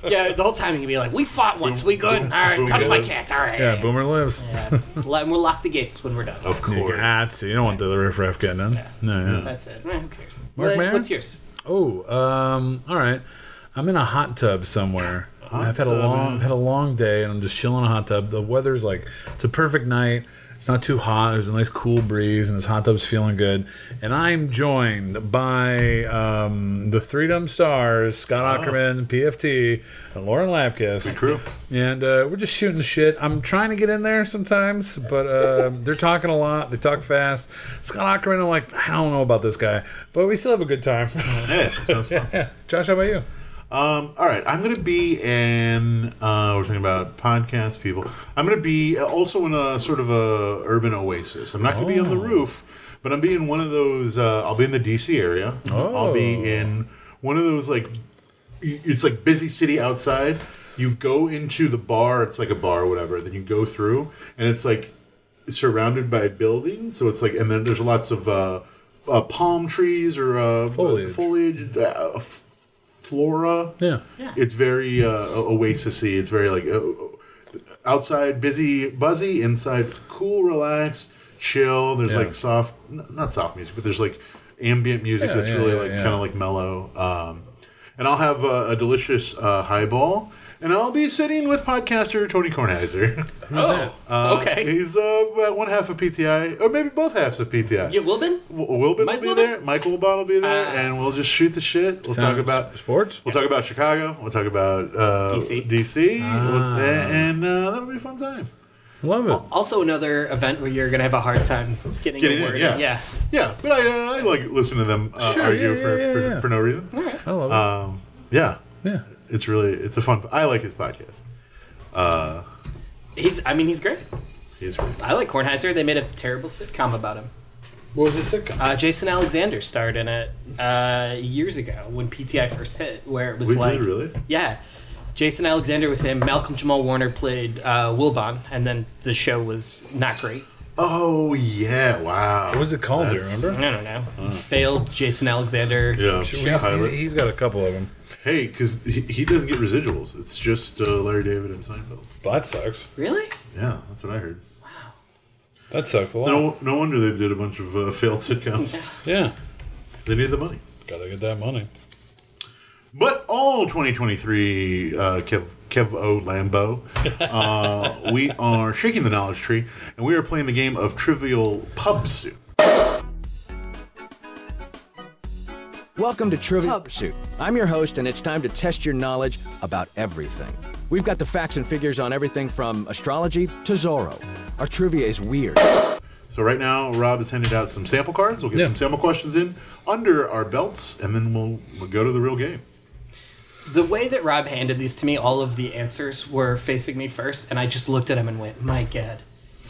yeah. The whole time you could be like, "We fought once. We good. All right, boom, touch my boom. cats. All right." <laughs> Yeah, Boomer lives. Let- we'll lock the gates when we're done. Of course. That's you don't want the riffraff getting in. No, yeah. That's it. Eh, who cares? Mark What- Maron? What's yours? Oh, um, all right. I'm in a hot tub somewhere. And I've had a tub, long, I've had a long day, and I'm just chilling in a hot tub. The weather's like it's a perfect night. It's not too hot. There's a nice cool breeze, and this hot tub's feeling good. And I'm joined by um, the Three Dumb Stars, Scott Ackerman, PFT, and Lauren Lapkus. True. And uh, we're just shooting the shit. I'm trying to get in there sometimes, but uh, they're talking a lot. They talk fast. Scott Ackerman, I'm like, I don't know about this guy, but we still have a good time. <laughs> Yeah, sounds fun. Josh, how about you? Um, all right, I'm going to be in. Uh, we're talking about podcast people. I'm going to be uh, also in a sort of a urban oasis. I'm not going to be on the roof, but I'm being one of those. Uh, I'll be in the DC area. I'll be in one of those like y- it's like busy city outside. You go into the bar. It's like a bar, or whatever. Then you go through, and it's like surrounded by buildings. So it's like, and then there's lots of uh, uh, palm trees or uh, Foliage. foliage uh, f- flora. Yeah. It's very uh, o- oasisy. It's very like o- o- outside busy, buzzy, inside cool, relaxed, chill. There's Yeah. like soft, n- not soft music, but there's like ambient music Yeah, that's yeah, really yeah, like yeah. kind of like mellow. Um, and I'll have a, a delicious uh, highball. And I'll be sitting with podcaster Tony Kornheiser. <laughs> Oh, okay. He's uh, about one half of PTI, or maybe both halves of PTI. Yeah, Wilbin? W- Wilbin will Mike be Wilbin? there. Mike Wilbon will be there, Ah. and we'll just shoot the shit. We'll talk about sports. We'll talk about Chicago. We'll talk about uh, DC. DC, Ah. We'll- and uh, that'll be a fun time. Love it. Also, another event where you're gonna have a hard time getting, Getting a in, word in. yeah. Yeah. Yeah, but I, uh, I like listen to them uh, Sure, argue yeah, for, yeah, for, yeah. for no reason. I love Um, yeah, it. Yeah. it's really it's a fun. I like his podcast. Uh, He's. I mean, he's great. he's great. I like Kornheiser. They made a terrible sitcom about him. What was the sitcom? Uh, Jason Alexander starred in it uh, years ago when PTI first hit, where it was We like, did really. yeah. Jason Alexander was him. Malcolm Jamal Warner played uh, Wilbon, and then the show was not great. Oh yeah! Wow. What was it called? Do you That's- remember? I don't know. Failed Jason Alexander. Yeah, He's- he's- he's got a couple of them. Hey, because he, he doesn't get residuals. It's just uh, Larry David and Seinfeld. Well, that sucks. Really? Yeah, that's what I heard. That sucks a lot. No, no wonder they did a bunch of uh, failed sitcoms. Oh. Yeah. They need the money. Gotta get that money. But all 2023, uh, Kev, Kev O. Lambo, <laughs> uh, we are shaking the knowledge tree, and we are playing the game of Trivial Pub Soup. Welcome to Trivia Pursuit. I'm your host, and it's time to test your knowledge about everything. We've got the facts and figures on everything from astrology to Zorro. Our trivia is weird. So right now, Rob has handed out some sample cards. We'll get Yeah. some sample questions in under our belts, and then we'll, we'll go to the real game. The way that Rob handed these to me, all of the answers were facing me first, and I just looked at him and went, "My God,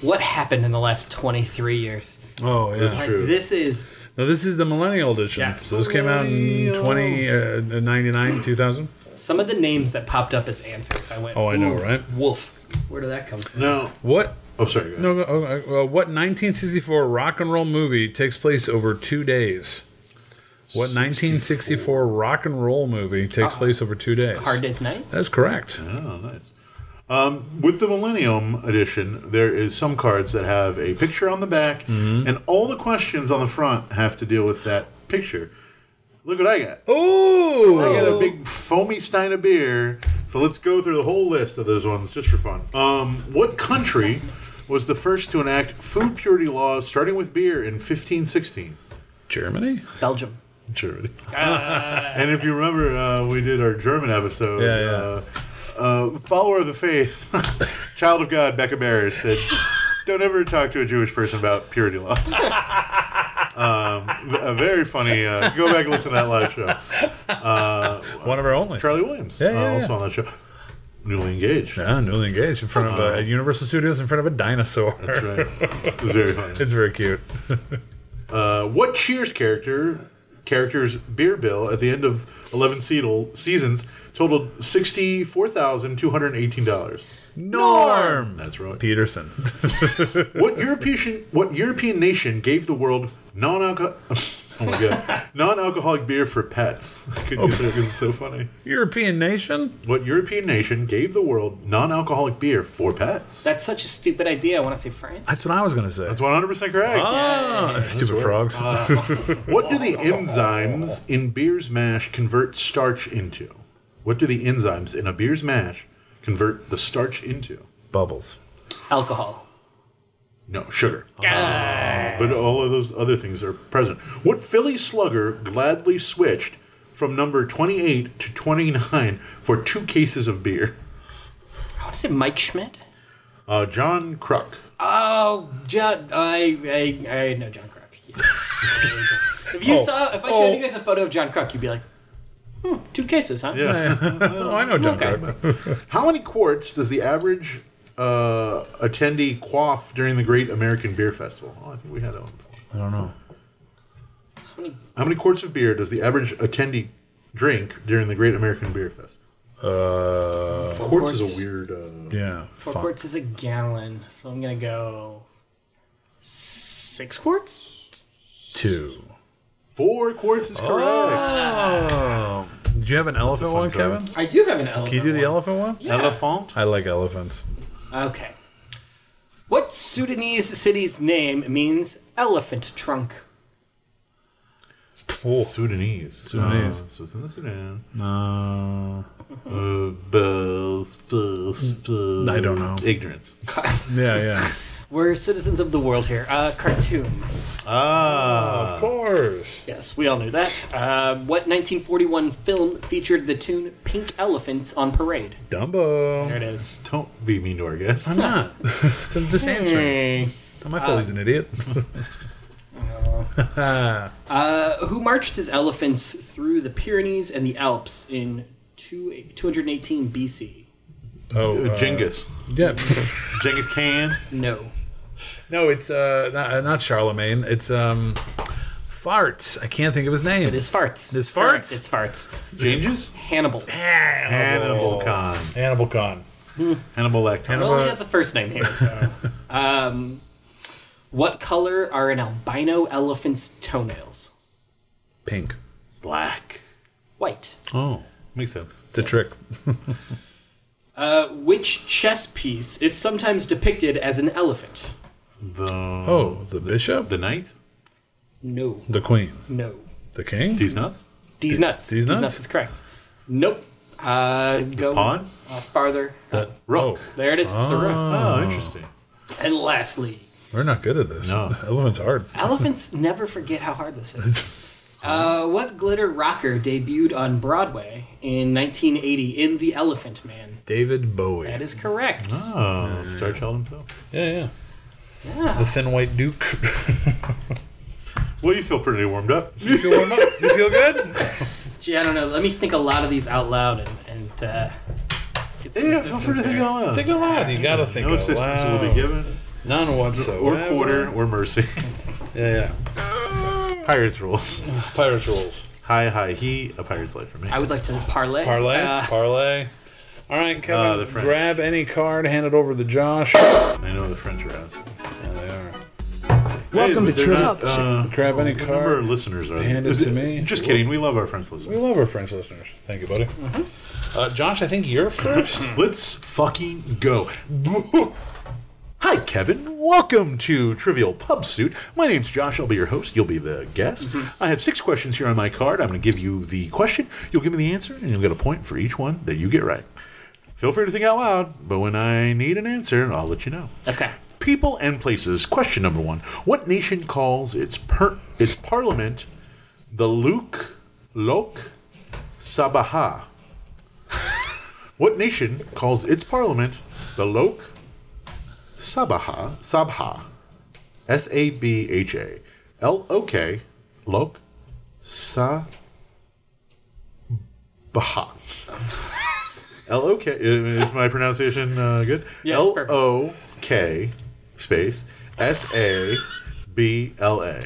what happened in the last 23 years? Oh yeah. Like True. this is Now this is the millennial edition. Yeah. So this came out in twenty uh, ninety nine, two thousand. some of the names that popped up as answers. I went, Oh, I know, "Ooh, right?" Wolf. Where did that come from? No, What? oh sorry. Go ahead. No. no, oh, uh, what 1964 rock and roll movie takes place over two days? What 1964 rock and roll movie takes place over two days? Hard Day's Night. That's correct. Oh, nice. Um, with the Millennium Edition, there is some cards that have a picture on the back, Mm-hmm. and all the questions on the front have to deal with that picture. Look what I got. Ooh. I got a big foamy stein of beer. So let's go through the whole list of those ones just for fun. Um, what country was the first to enact food purity laws starting with beer in 1516? Germany. Belgium. Germany. <laughs> and if you remember, uh, we did our German episode. Yeah, Uh, uh, follower of the faith, <laughs> child of God, Becca Barris said, "Don't ever talk to a Jewish person about purity laws." <laughs> um, a very funny. Uh, go back and listen to that live show. One of our only. Charlie Williams, Yeah, yeah, uh, also yeah. on that show. Newly engaged. Yeah, newly engaged in front of uh, at Universal Studios in front of a dinosaur. That's right. It was very funny. <laughs> It's very cute. Uh, what Cheers character character's beer bill at the end of eleven seedle, seasons totaled sixty four thousand two hundred eighteen dollars. Norm. That's right. Peterson. <laughs> What European what European nation gave the world oh non <laughs> non alcoholic beer for pets? <laughs> I couldn't get through it 'cause it's so funny. European nation. What European nation gave the world non alcoholic beer for pets? That's such a stupid idea. I want to say France. That's what I was gonna say. That's one hundred percent correct. Ah, stupid frogs. What do the enzymes in beer's mash convert starch into? What do the enzymes in a beer's mash convert the starch into? <laughs> Bubbles. Alcohol. No, sugar. But all of those other things are present. What Philly slugger gladly switched from number 28 to 29 for two cases of beer? I want to say Mike Schmidt. Uh, John Cruck. Oh, John. I I I know John Cruck. Yeah. <laughs> if you Oh. saw, if I showed Oh. you guys a photo of John Cruck, you'd be like, hmm, two cases, huh? Yeah. Oh, I know John Okay. Carter. How many quarts does the average uh, attendee quaff during the Great American Beer Festival? Oh, I think we had that one. before. I don't know. How many quarts of beer does the average attendee drink during the Great American Beer Fest? Uh, quarts, is a weird. Uh, yeah. Four fuck. quarts is a gallon, so I'm gonna go six quarts. Two. four quarts is correct. Oh. Do you have an elephant one, fun Kevin? I do have an elephant. Can you do the one. elephant one? Elephant. I like elephants. Okay. What Sudanese city's name means elephant trunk? Oh. Sudanese. Sudanese. Uh, so it's in the Sudan. No. Uh, buzz, buzz, buzz. I don't know. Ignorance. Uh, Yeah, yeah. We're citizens of the world here. Uh, Khartoum. Ah. <laughs> Uh, of course. Yes, we all knew that. Uh, what 1941 film featured the tune Pink Elephants on Parade? There Dumbo. it is. Don't be mean to our guests. I'm not. <laughs> so I'm just answering. Not my fault. He's an idiot. Uh, who marched his elephants through the Pyrenees and the Alps in two, 218 BC? Oh, uh, Genghis. Yeah. <laughs> Genghis Khan. No. no, it's uh, not, uh, not Charlemagne. It's um, farts. I can't think of his name. It is farts. It's farts? Correct, It's farts. Genghis? Hannibal. Hannibal Hannibal. Khan. Hannibal Khan. Hannibal Lecter. Well, he has a first name here. So. um, what color are an albino elephant's toenails? Pink. Black. White. Oh. Makes sense. to trick. Uh, which chess piece is sometimes depicted as an elephant? The Oh, the bishop, the knight. No, the queen, no. the king. These nuts. D's nuts. D's D's nuts? nuts, is correct. Nope. Uh, go Pawn. uh, farther. Rook. There it is. It's the rook. Oh, interesting. And lastly, We're not good at this. No. <laughs> Elephant's hard. <laughs> elephants never forget how hard <laughs> this is. Uh, what glitter rocker debuted on Broadway in 1980 in The Elephant Man? David Bowie. That is correct. Oh, Star Child himself. yeah, yeah, The thin white duke. <laughs> Well, you feel pretty warmed <laughs> up. you feel warm up? You feel good? Gee, I don't know. Let me think a lot of these out loud and, and uh, get some Yeah, feel free assistance to think there. out loud. Think aloud. You gotta think no aloud. assistance will be given, None or whatsoever. quarter, or mercy. Yeah, <laughs> Pirates rules. yeah. Pirates rules. Hi, hi, he. A pirate's life for me. I would like to parlay. Parlay. Uh, parlay. All right, Ah, Kevin. the French. grab any card, hand it over to Josh. Yeah, I know the French are out. they are. Welcome Hey, to they're Trivia not, uh, Grab any Remember, our card. listeners are. Hand it to me. Just kidding. We love our French We listeners. love our French listeners. Thank you, buddy. Mm-hmm. Uh, Josh, I think <laughs> you're first. Let's fucking go. <laughs> Hi, Kevin. Welcome to Trivial Pub Suit. My name's Josh. I'll be your host. You'll be the guest. I have six questions here on my card. I'm going to give you the question. You'll give me the answer, and you'll get a point for each one that you get right. Feel free to think out loud, but when I need an answer, I'll let you know. okay. People and places. Question number one: What nation calls its per- its parliament the Luke Lok Sabaha? what nation calls its parliament the Lok Sabaha Sabha? S A B H A L O K Lok Sabaha. L O K. Is my pronunciation uh, good? Yeah, it's L perfect. O K space S A B L A.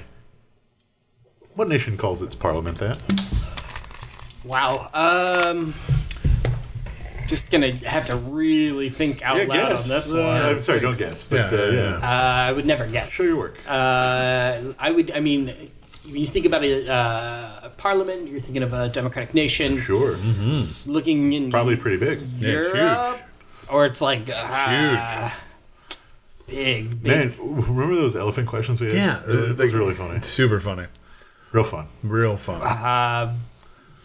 What nation calls its parliament that? Wow. Um, just gonna have to really think out loud on this Uh, one. Uh, I'm sorry, don't guess. But Yeah, uh, yeah, yeah. I would never guess. show your work. Uh, I would. I mean, when you think about a, uh, a parliament, you're thinking of a democratic nation. sure. It's Looking in Probably pretty big. Mm-hmm. Yeah, it's Europe, huge. or it's like uh, big, big. Man, remember those elephant questions we had? Yeah, Uh, it like- was really funny. Super funny. Real fun. Real fun.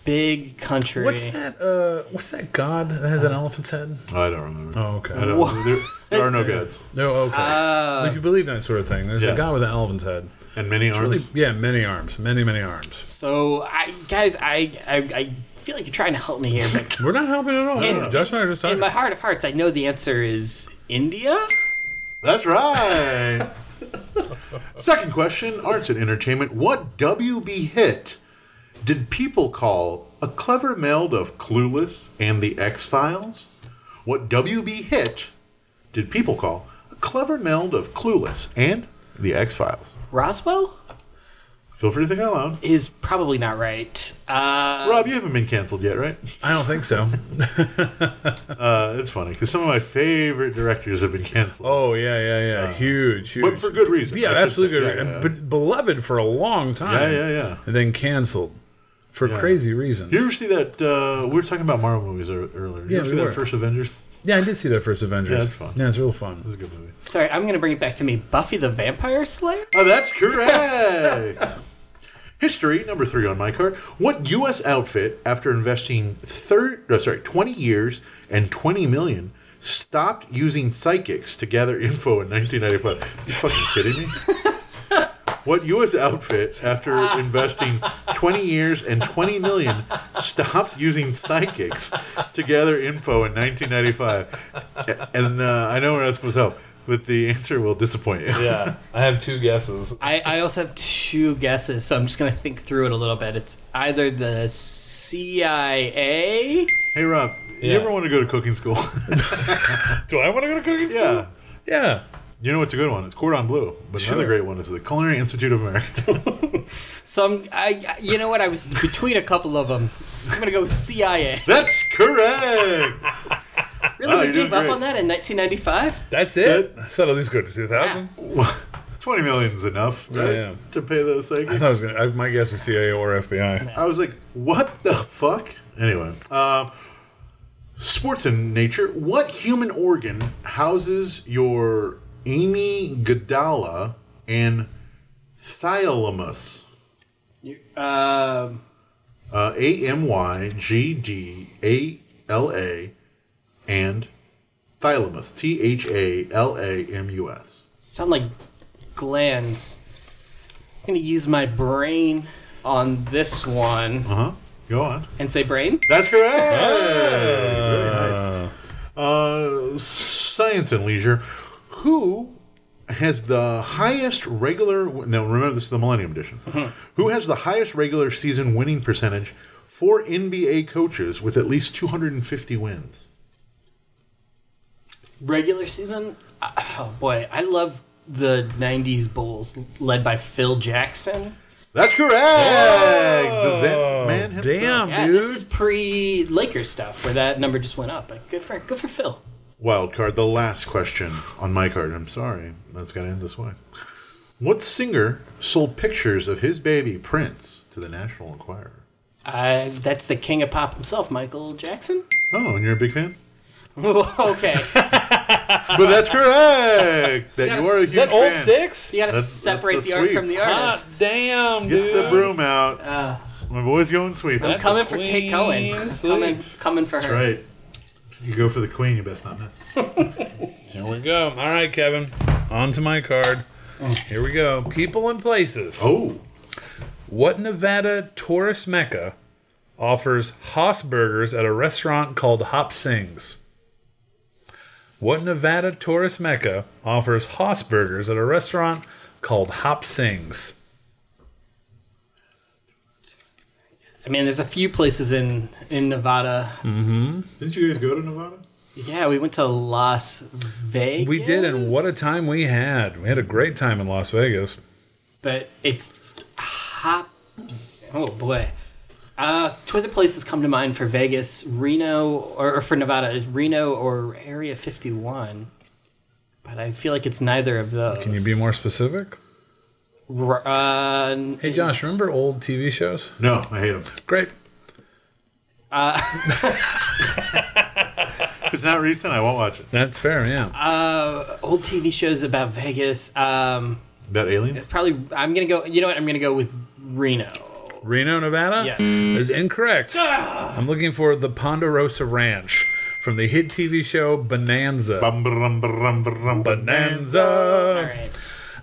big country. What's that? Uh, what's that god that has an Uh, elephant's head? I don't remember. Oh, okay. I don't, there, there are no gods, No, Oh, okay. Uh, if you believe in that sort of thing, there's Yeah. a god with an elephant's head. and many arms. Really, yeah, many arms, many many arms. So, I guys, I, I I feel like you're trying to help me here, but We're not helping at all. In- Josh and I are just in talking. my heart of hearts, I know the answer is India. That's right. <laughs> Second question Arts and entertainment. What WB hit did people call a clever meld of Clueless and The X Files? What WB hit did people call a clever meld of Clueless and The X Files? Roswell Feel free to think out loud. is probably not right. Uh, Rob, you haven't been canceled yet, right? I don't <laughs> think so. Uh, it's funny because some of my favorite directors have been canceled. Oh yeah, yeah, yeah. huge, huge. Uh, But for good reason. I Oh, yeah, should absolutely say. good. Yeah, and yeah. But beloved for a long time. Yeah, yeah, yeah. And then canceled for crazy reasons. You ever see that? Uh, we were talking about Marvel movies ear- earlier. You Yeah, ever we see were. that first Avengers? yeah, I did see that first Avengers. Yeah, it's fun. Yeah, it's real fun. That's a good movie. sorry, I'm gonna bring it back to me. Buffy the Vampire Slayer. Oh, that's correct. <laughs> History number three on my card. What U.S. outfit, after investing third, oh, sorry, twenty years and twenty million, stopped using psychics to gather info in 1995? You fucking kidding me? <laughs> What U.S. outfit, <laughs> after investing 20 years and 20 million, stopped using psychics to gather info in 1995? And uh, I know we're not supposed to help, but the answer will disappoint you. Yeah, I have two guesses. I, I also have two guesses, so I'm just gonna think through it a little bit. It's either the CIA. Hey Rob, Yeah. you ever want to go to cooking school? <laughs> Do I want to go to cooking school? yeah. Yeah. You know what's a good one? It's Cordon Bleu. But Sure. another great one is the Culinary Institute of America. <laughs> So I'm, I, I- you know what? I was between a couple of them. I'm gonna go CIA. That's correct. Really, Wow, we Oh, you're gave doing up great. on that in 1995. That's it. I thought at least go to two thousand. <laughs> Twenty million's enough right, yeah. to pay those psychics. I thought it was gonna, I, my guess was CIA or FBI. I was like, what the fuck? Anyway, uh, sports in nature. What human organ houses your Amy Godala and thalamus? You, uh, Uh, A M Y G D A L A and thalamus. T H A L A M U S. sound like glands. I'm gonna use my brain on this one Uh huh. Go on. and say brain. That's correct. Very nice. Uh, science and leisure. Who has the highest regular? Now remember, this is the Millennium Edition. Who has the highest regular season winning percentage for NBA coaches with at least 250 wins? Regular season. Oh boy, I love the '90s Bulls led by Phil Jackson. That's correct. The Zen man himself. Damn, Yeah, dude. this is pre Lakers stuff where that number just went up. Like, good for good for Phil. Wild card, the last question on my card. I'm sorry. That's got to end this way. What singer sold pictures of his baby, Prince, to the National Enquirer? Uh, that's the king of pop himself, Michael Jackson. <laughs> Oh, and you're a big <laughs> fan? okay, But that's correct! That you are a huge Is fan. six? <laughs> you gotta That's- separate that's so the art sweet. from the God artist. damn, Get dude. the broom out. My boy's going sweet. I'm Uh. That's coming for Kate clean Cohen. sweep. Coming, coming for her. right. You go for the queen, you best not miss. <laughs> Here we go. All right, Kevin. On to my card. Here we go. People and places. Oh, What Nevada tourist mecca offers Haas burgers at a restaurant called Hop Sings? What Nevada tourist mecca offers Haas burgers at a restaurant called Hop Sings? I mean, there's a few places in in Nevada. didn't you guys go to Nevada? Yeah, we went to Las Vegas. We did, and what a time we had. We had a great time in Las Vegas. But it's hops. Oh boy. Uh, two other places come to mind for Vegas, Reno, or, or for Nevada, is Reno or Area 51. But I feel like it's neither of those. Can you be more specific? R- uh, n- Hey, Josh, remember old TV shows? No, I hate him. Great. If it's not recent, I won't watch it. That's fair, yeah. old TV shows about Vegas. Um, About aliens? probably. I'm gonna go. You know what? I'm gonna go with Reno. Reno, Nevada? Yes. Is incorrect. I'm looking for the Ponderosa Ranch from the hit TV show Bonanza. Bum, brum, brum, brum, All Bonanza. right.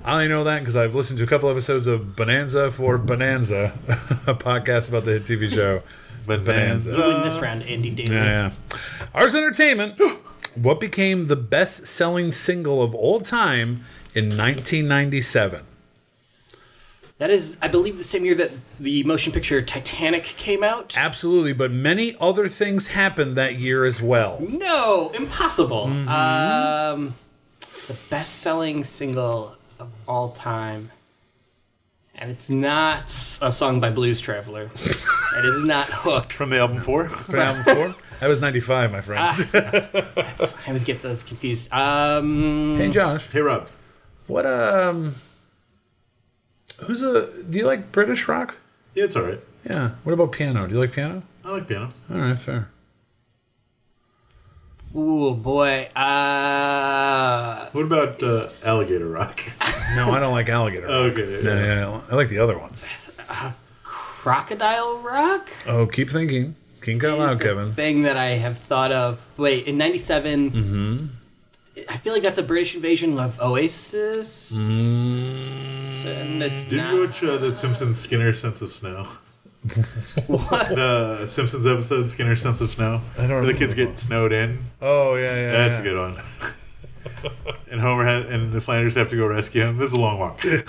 I only know that because I've listened to a couple episodes of Bonanza for Bonanza, <laughs> a podcast about the hit TV show. Bonanza. Win this round, Andy Daly. yeah. Ours Entertainment. what became the best selling single of all time in 1997? That is, I believe, the same year that the motion picture Titanic came out. Absolutely, but many other things happened that year as well. no, impossible. Mm-hmm. Um, the best-selling single of all time, and it's not a song by Blues <laughs> Traveler. it is not Hook. From the album <laughs> four? For album four? That was 95, my friend. I always get those confused. Um, hey, Josh. hey, Rob. What um Who's a do you like British rock? Yeah, it's all right. Yeah. What about piano? Do you like piano? I like piano. All right, fair. ooh boy. Uh, What about uh, alligator rock? <laughs> No, I don't like alligator. rock. <laughs> okay. Oh, Yeah, yeah, I like the other one. Crocodile Rock. Oh, keep thinking. King out is loud, a Kevin. Thing that I have thought of. Wait, in '97, Mm-hmm. I feel like that's a British invasion of Oasis, and it's Did not. Mm-hmm. you watch uh, the Simpsons Skinner Sense of <laughs> Snow? what? The Simpsons episode Skinner Sense of Snow. I don't Where the kids remember. get snowed in. Oh yeah, yeah. That's yeah. a good one. <laughs> and Homer ha and the Flanders have to go rescue him. This is a long <laughs> walk. and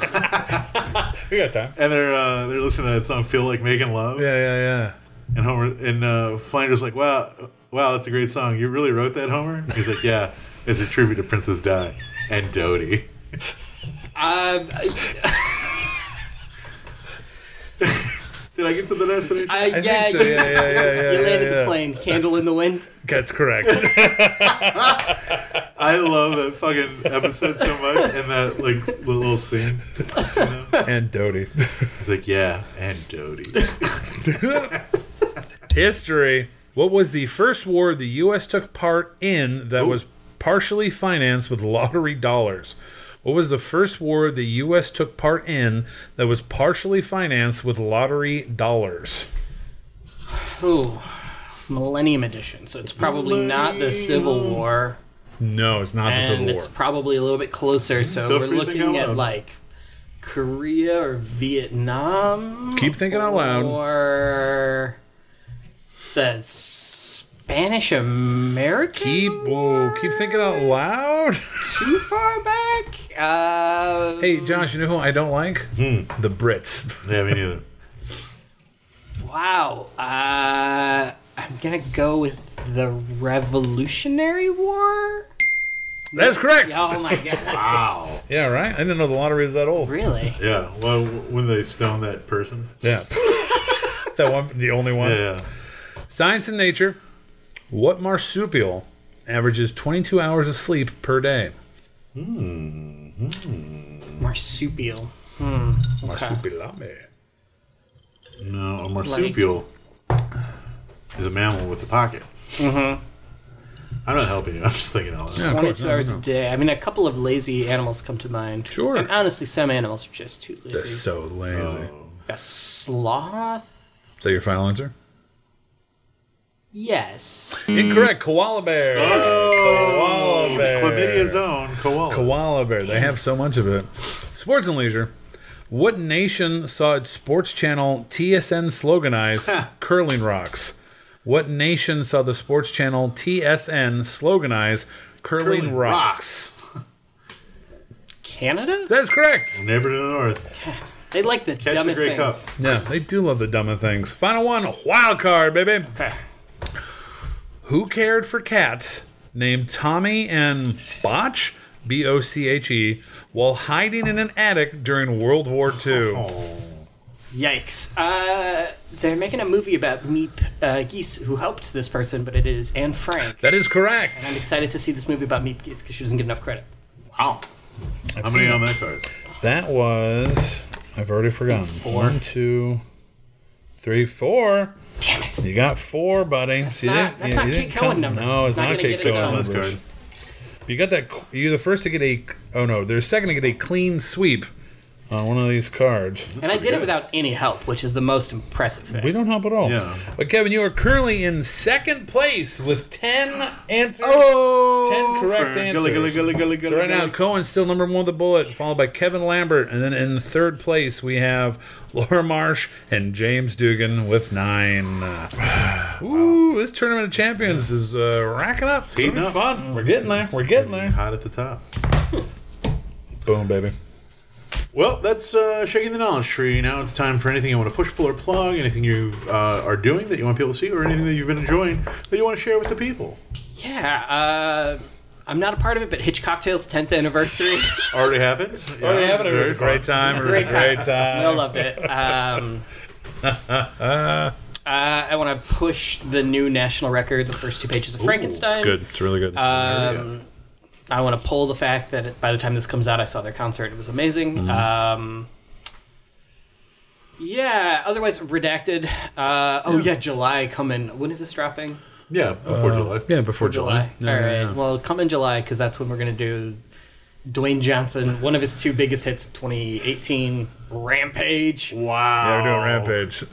We got time. they're uh, they're listening to that song "Feel Like Making Love." Yeah, yeah, yeah. And Homer and uh, Flanders like, "Wow, wow, that's a great song. You really wrote that, Homer?" He's like, "Yeah, it's a tribute to Princess Di and Dodie." Um, Did I get to the destination? I, I Uh, yeah, think so. you, Yeah, yeah, yeah, yeah. you landed yeah, yeah. the plane. Candle in the wind. That's <laughs> correct. I love that fucking episode so much and that like s- little scene. and Doty. It's like, yeah, and Dodie. History. What was the first war the U.S. took part in that was partially financed with lottery dollars? What was the first war the U.S. took part in that was partially financed with lottery dollars? Ooh, Millennium Edition. So it's probably not the Civil War, No, it's not the and Civil War. it's probably a little bit closer. So Feel we're free to think looking out at loud. like Korea or Vietnam. Keep thinking out loud. Or the Spanish American. Keep whoa, keep thinking out loud. <laughs> too far back. Uh, hey, Josh, you know who I don't like? The Brits. Yeah, me neither. Wow. Uh, I'm gonna go with the Revolutionary War. <laughs> That's correct. <laughs> Oh my god! Wow. Yeah, right. I didn't know the lottery was that old. Really? Yeah. Well, when they stone that person. Yeah. <laughs> that one, the only one. Yeah. Science and nature. What marsupial averages 22 hours of sleep per day? Marsupial. Marsupilami. No, a marsupial is a mammal with a pocket. Mm-hmm. I'm not helping you. I'm just thinking out loud. Yeah, of course. 22 No, hours no, a no. day. I mean, a couple of lazy animals come to mind. Sure. And honestly, some animals are just too lazy. That's so lazy. A sloth? Is that your final answer? Yes. Incorrect. Koala bear. koala bear. Chlamydia's own koala. Koala bear. They have so much of it. Sports and leisure. What nation saw its sports channel TSN sloganize curling rocks? What nation saw the sports channel TSN sloganize curling, Curling rocks? Canada? That's correct. Neighbor to the north. They like the Catch dumbest the Grey Cup. things. Yeah, they do love the dumb things. Final one, wild card, baby. Okay. Who cared for cats named Tommy and Botch, B O C H E, while hiding in an attic during World War II? Yikes. Uh, they're making a movie about Meep uh, Geese, who helped this person, but it is Anne Frank. That is correct. I'm excited to see this movie about Meep Geese because she doesn't get enough credit. Wow. How many on that card? That was. I've already forgotten. Four. One, two, three, four. Damn it. You got four, buddy. That's not- that's not Kate Cohen numbers. No, it's, It's not not, gonna Kate get Cohen its own. On this card. numbers. You got that. You're the first to get a. Oh no, they're second to get a clean sweep on one of these cards. and I did it without any help, which is the most impressive thing. We don't help at all. Yeah. But Kevin, you are currently in second place with ten answers. Oh, 10 correct Fern. answers. Gully, gully, gully, gully, gully, So right now, gully. Cohen's still number one with a bullet, followed by Kevin Lambert, and then in third place we have <laughs> Laura Marsh and James Dugan with nine. <sighs> Ooh, this tournament of champions is uh, racking up. It's gonna heating be up. fun. We're getting there. We're getting there. Hot at the top. Boom, baby. Well, that's uh, shaking the knowledge tree. Now it's time for anything you want to push, pull, or plug. Anything you uh, are doing that you want people to see, or anything that you've been enjoying that you want to share with the people. Yeah, uh, I'm not a part of it, but Hitch Cocktail's 10th <laughs> anniversary. Already happened. Already Yeah, having it. It very was a great fun. time. It was a great I time. loved it. <laughs> Um, uh, I want to push the new national record, the first two pages of Frankenstein. It's good. It's really good. Um, I want to pull the fact that by the time this comes out, I saw their concert. It was amazing. Mm-hmm. Um, yeah. Otherwise, redacted. Uh, oh yeah, July coming. When is this dropping? Yeah, before July. uh, yeah, before July. Yeah, All right. yeah, yeah. Well, come in July because that's when we're gonna do Dwayne Johnson, one of his two biggest hits of 2018, Rampage. Wow. Yeah, we're doing Rampage.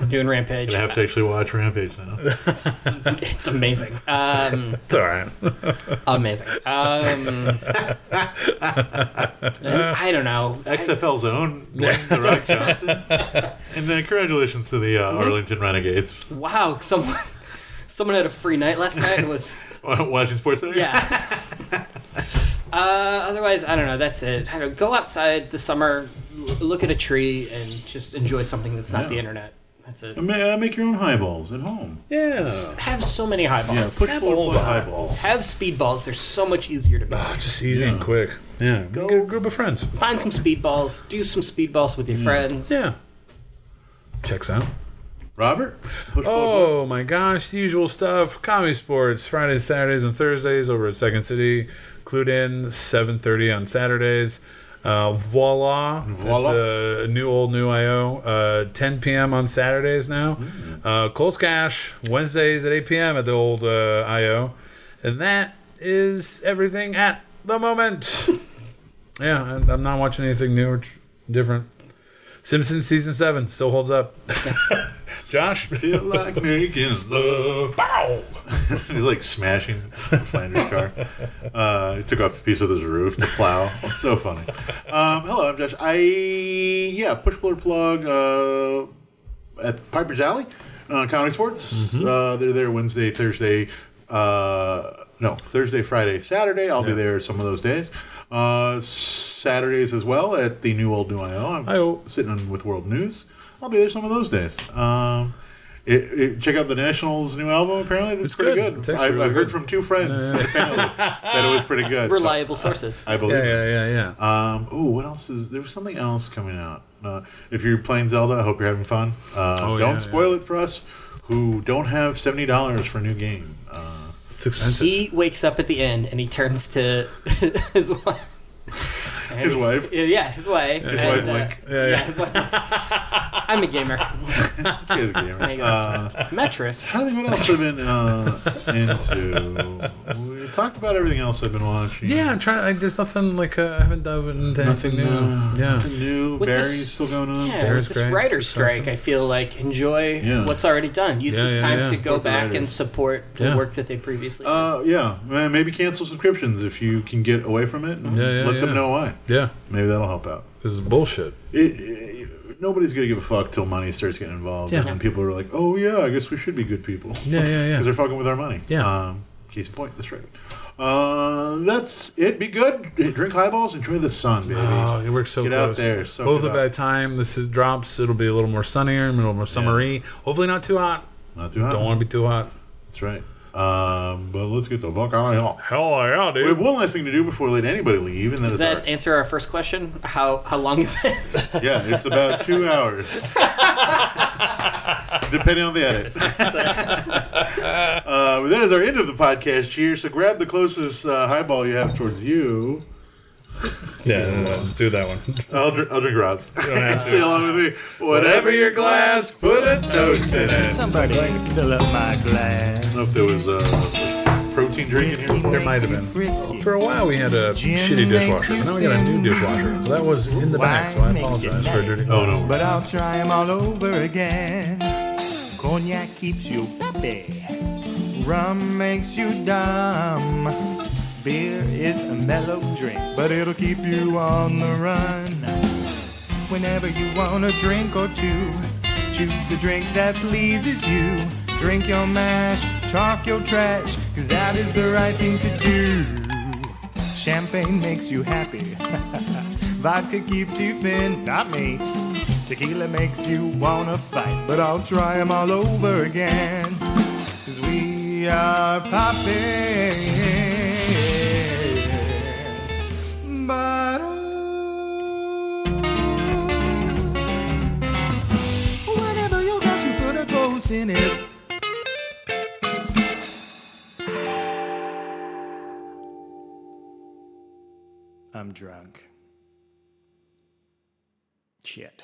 <laughs> We're doing Rampage. I have to actually watch Rampage now. It's amazing. Um, it's all right. <laughs> amazing. Um, I don't know. Uh, XFL's own Dwayne The <laughs> Rock Johnson. and uh, congratulations to the Mm-hmm. uh, Arlington Renegades. Wow, someone someone had a free night last night and was <laughs> Watching Sports Center? yeah. <laughs> uh, otherwise, I don't know. That's it. I don't go outside the summer, l- look at a tree, and just enjoy something that's not the Yeah. internet. That's it. Ma- uh, Make your own highballs at home. Yeah. Have so many Yeah, highballs. push have, pull the highball. have speedballs. They're so much easier to make. Just easy and quick. Yeah. Get a group of friends. Find some speedballs. Do some speedballs with your friends. Yeah. Checks out. Robert? Push, pull, pull. Oh my gosh, the usual stuff. Comedy sports, Fridays, Saturdays, and Thursdays over at Second City. Clued in, 7.30 on Saturdays. Uh, voila, Voila. at the new old new IO, uh, 10 p.m. on Saturdays now. Uh, Colts Cash Wednesdays at 8 p.m. at the old uh, IO, and that is everything at the moment. <laughs> yeah, I, I'm not watching anything new or tr- different. Simpsons season seven still holds up. <laughs> Josh, Feel like making love. bow. <laughs> He's like smashing Flanders' car. Uh, he took off a piece of his roof to plow. <laughs> It's so funny. Um, hello, I'm Josh. I yeah, push blur plug uh, at Piper's Alley, uh, Comedy Sports. Mm-hmm. Uh, they're there Wednesday, Thursday, uh, no Thursday, Friday, Saturday. I'll be there some of those days. Uh, Saturdays as well at the New Old New IO. I'm Hi-oh. sitting in with World News. I'll be there some of those days. Um, it, it, check out the Nationals' new album. Apparently, that's It's pretty good. good. It's actually I, really I've heard good. from two friends apparently, that it <laughs> was pretty good. so Reliable sources. I believe. Yeah, it. yeah, yeah, yeah. Um, oh, what else is there? Was something else coming out? Uh, if you're playing Zelda, I hope you're having fun. Uh, Oh, don't yeah, spoil it for us who don't have seventy dollars for a new game. <laughs> Uh, it's expensive. He wakes up at the end and he turns to <laughs> his wife. his wife. Yeah, his wife. His wife, like, yeah, yeah. his wife. I'm a gamer. This guy's a gamer. There you go. Uh, <laughs> Metris. trying to think what else I've been uh, into. We talked about everything else I've been watching. Yeah, I'm trying. Like, there's nothing like uh, I haven't dove into anything new. uh, yeah, nothing new. With Barry's this- still going on. Yeah, Bears with this Grey, writer's Succession. strike, I feel like enjoy Yeah. what's already done. Use Yeah, this yeah, time yeah. to go Support the back and writers. support the Yeah. work that they previously did. Uh, yeah, man, maybe cancel subscriptions if you can get away from it. And Yeah, yeah, let yeah. them know why. yeah. Maybe that'll help out. This is bullshit. It, it- nobody's gonna give a fuck till money starts getting involved, Yeah. and then people are like, "Oh yeah, I guess we should be good people." <laughs> Yeah, yeah, yeah. Because they're fucking with our money. Yeah. Um, case in point. That's right. Uh, that's it. Be good. Drink highballs. Enjoy the sun, baby. Oh, it works so Get out close. there, soak Both it by the up. time this is- drops, it'll be a little more sunnier, a little more summery. Hopefully, not too hot. Not too hot. Don't want to be too hot. That's right. Um, but let's get the fuck out of here. Hell yeah, We have dude. one last thing to do before we let anybody leave, and then Does it's that our- answer our first question? How how long is it? Yeah, it's about two <laughs> hours. Depending on the edit. uh, that is our end of the podcast here. So grab the closest uh, highball you have towards you. Yeah, no, no, do that one. I'll, dr- I'll drink Rob's. Say along with me. Whatever your glass, put a toast in it. Somebody fill up my glass. I don't know if there was uh, protein drink in here. There might have been. For a while, we had a Gin shitty dishwasher, but makes now you we got a new sin. dishwasher. Well, that was in the back, so I Wine makes you apologize for a dirty. Oh, no. But I'll try 'em all over again. Cognac keeps you peppy. Rum makes you dumb. Beer is a mellow drink, but it'll keep you on the run. Whenever you want a drink or two, choose the drink that pleases you. Drink your mash, talk your trash, cause that is the right thing to do. Champagne makes you happy. <laughs> Vodka keeps you thin, not me. Tequila makes you wanna fight, but I'll try 'em all over again. 'Cause we are popping bottles. Whenever you got you put a ghost in it. I'm drunk. Shit.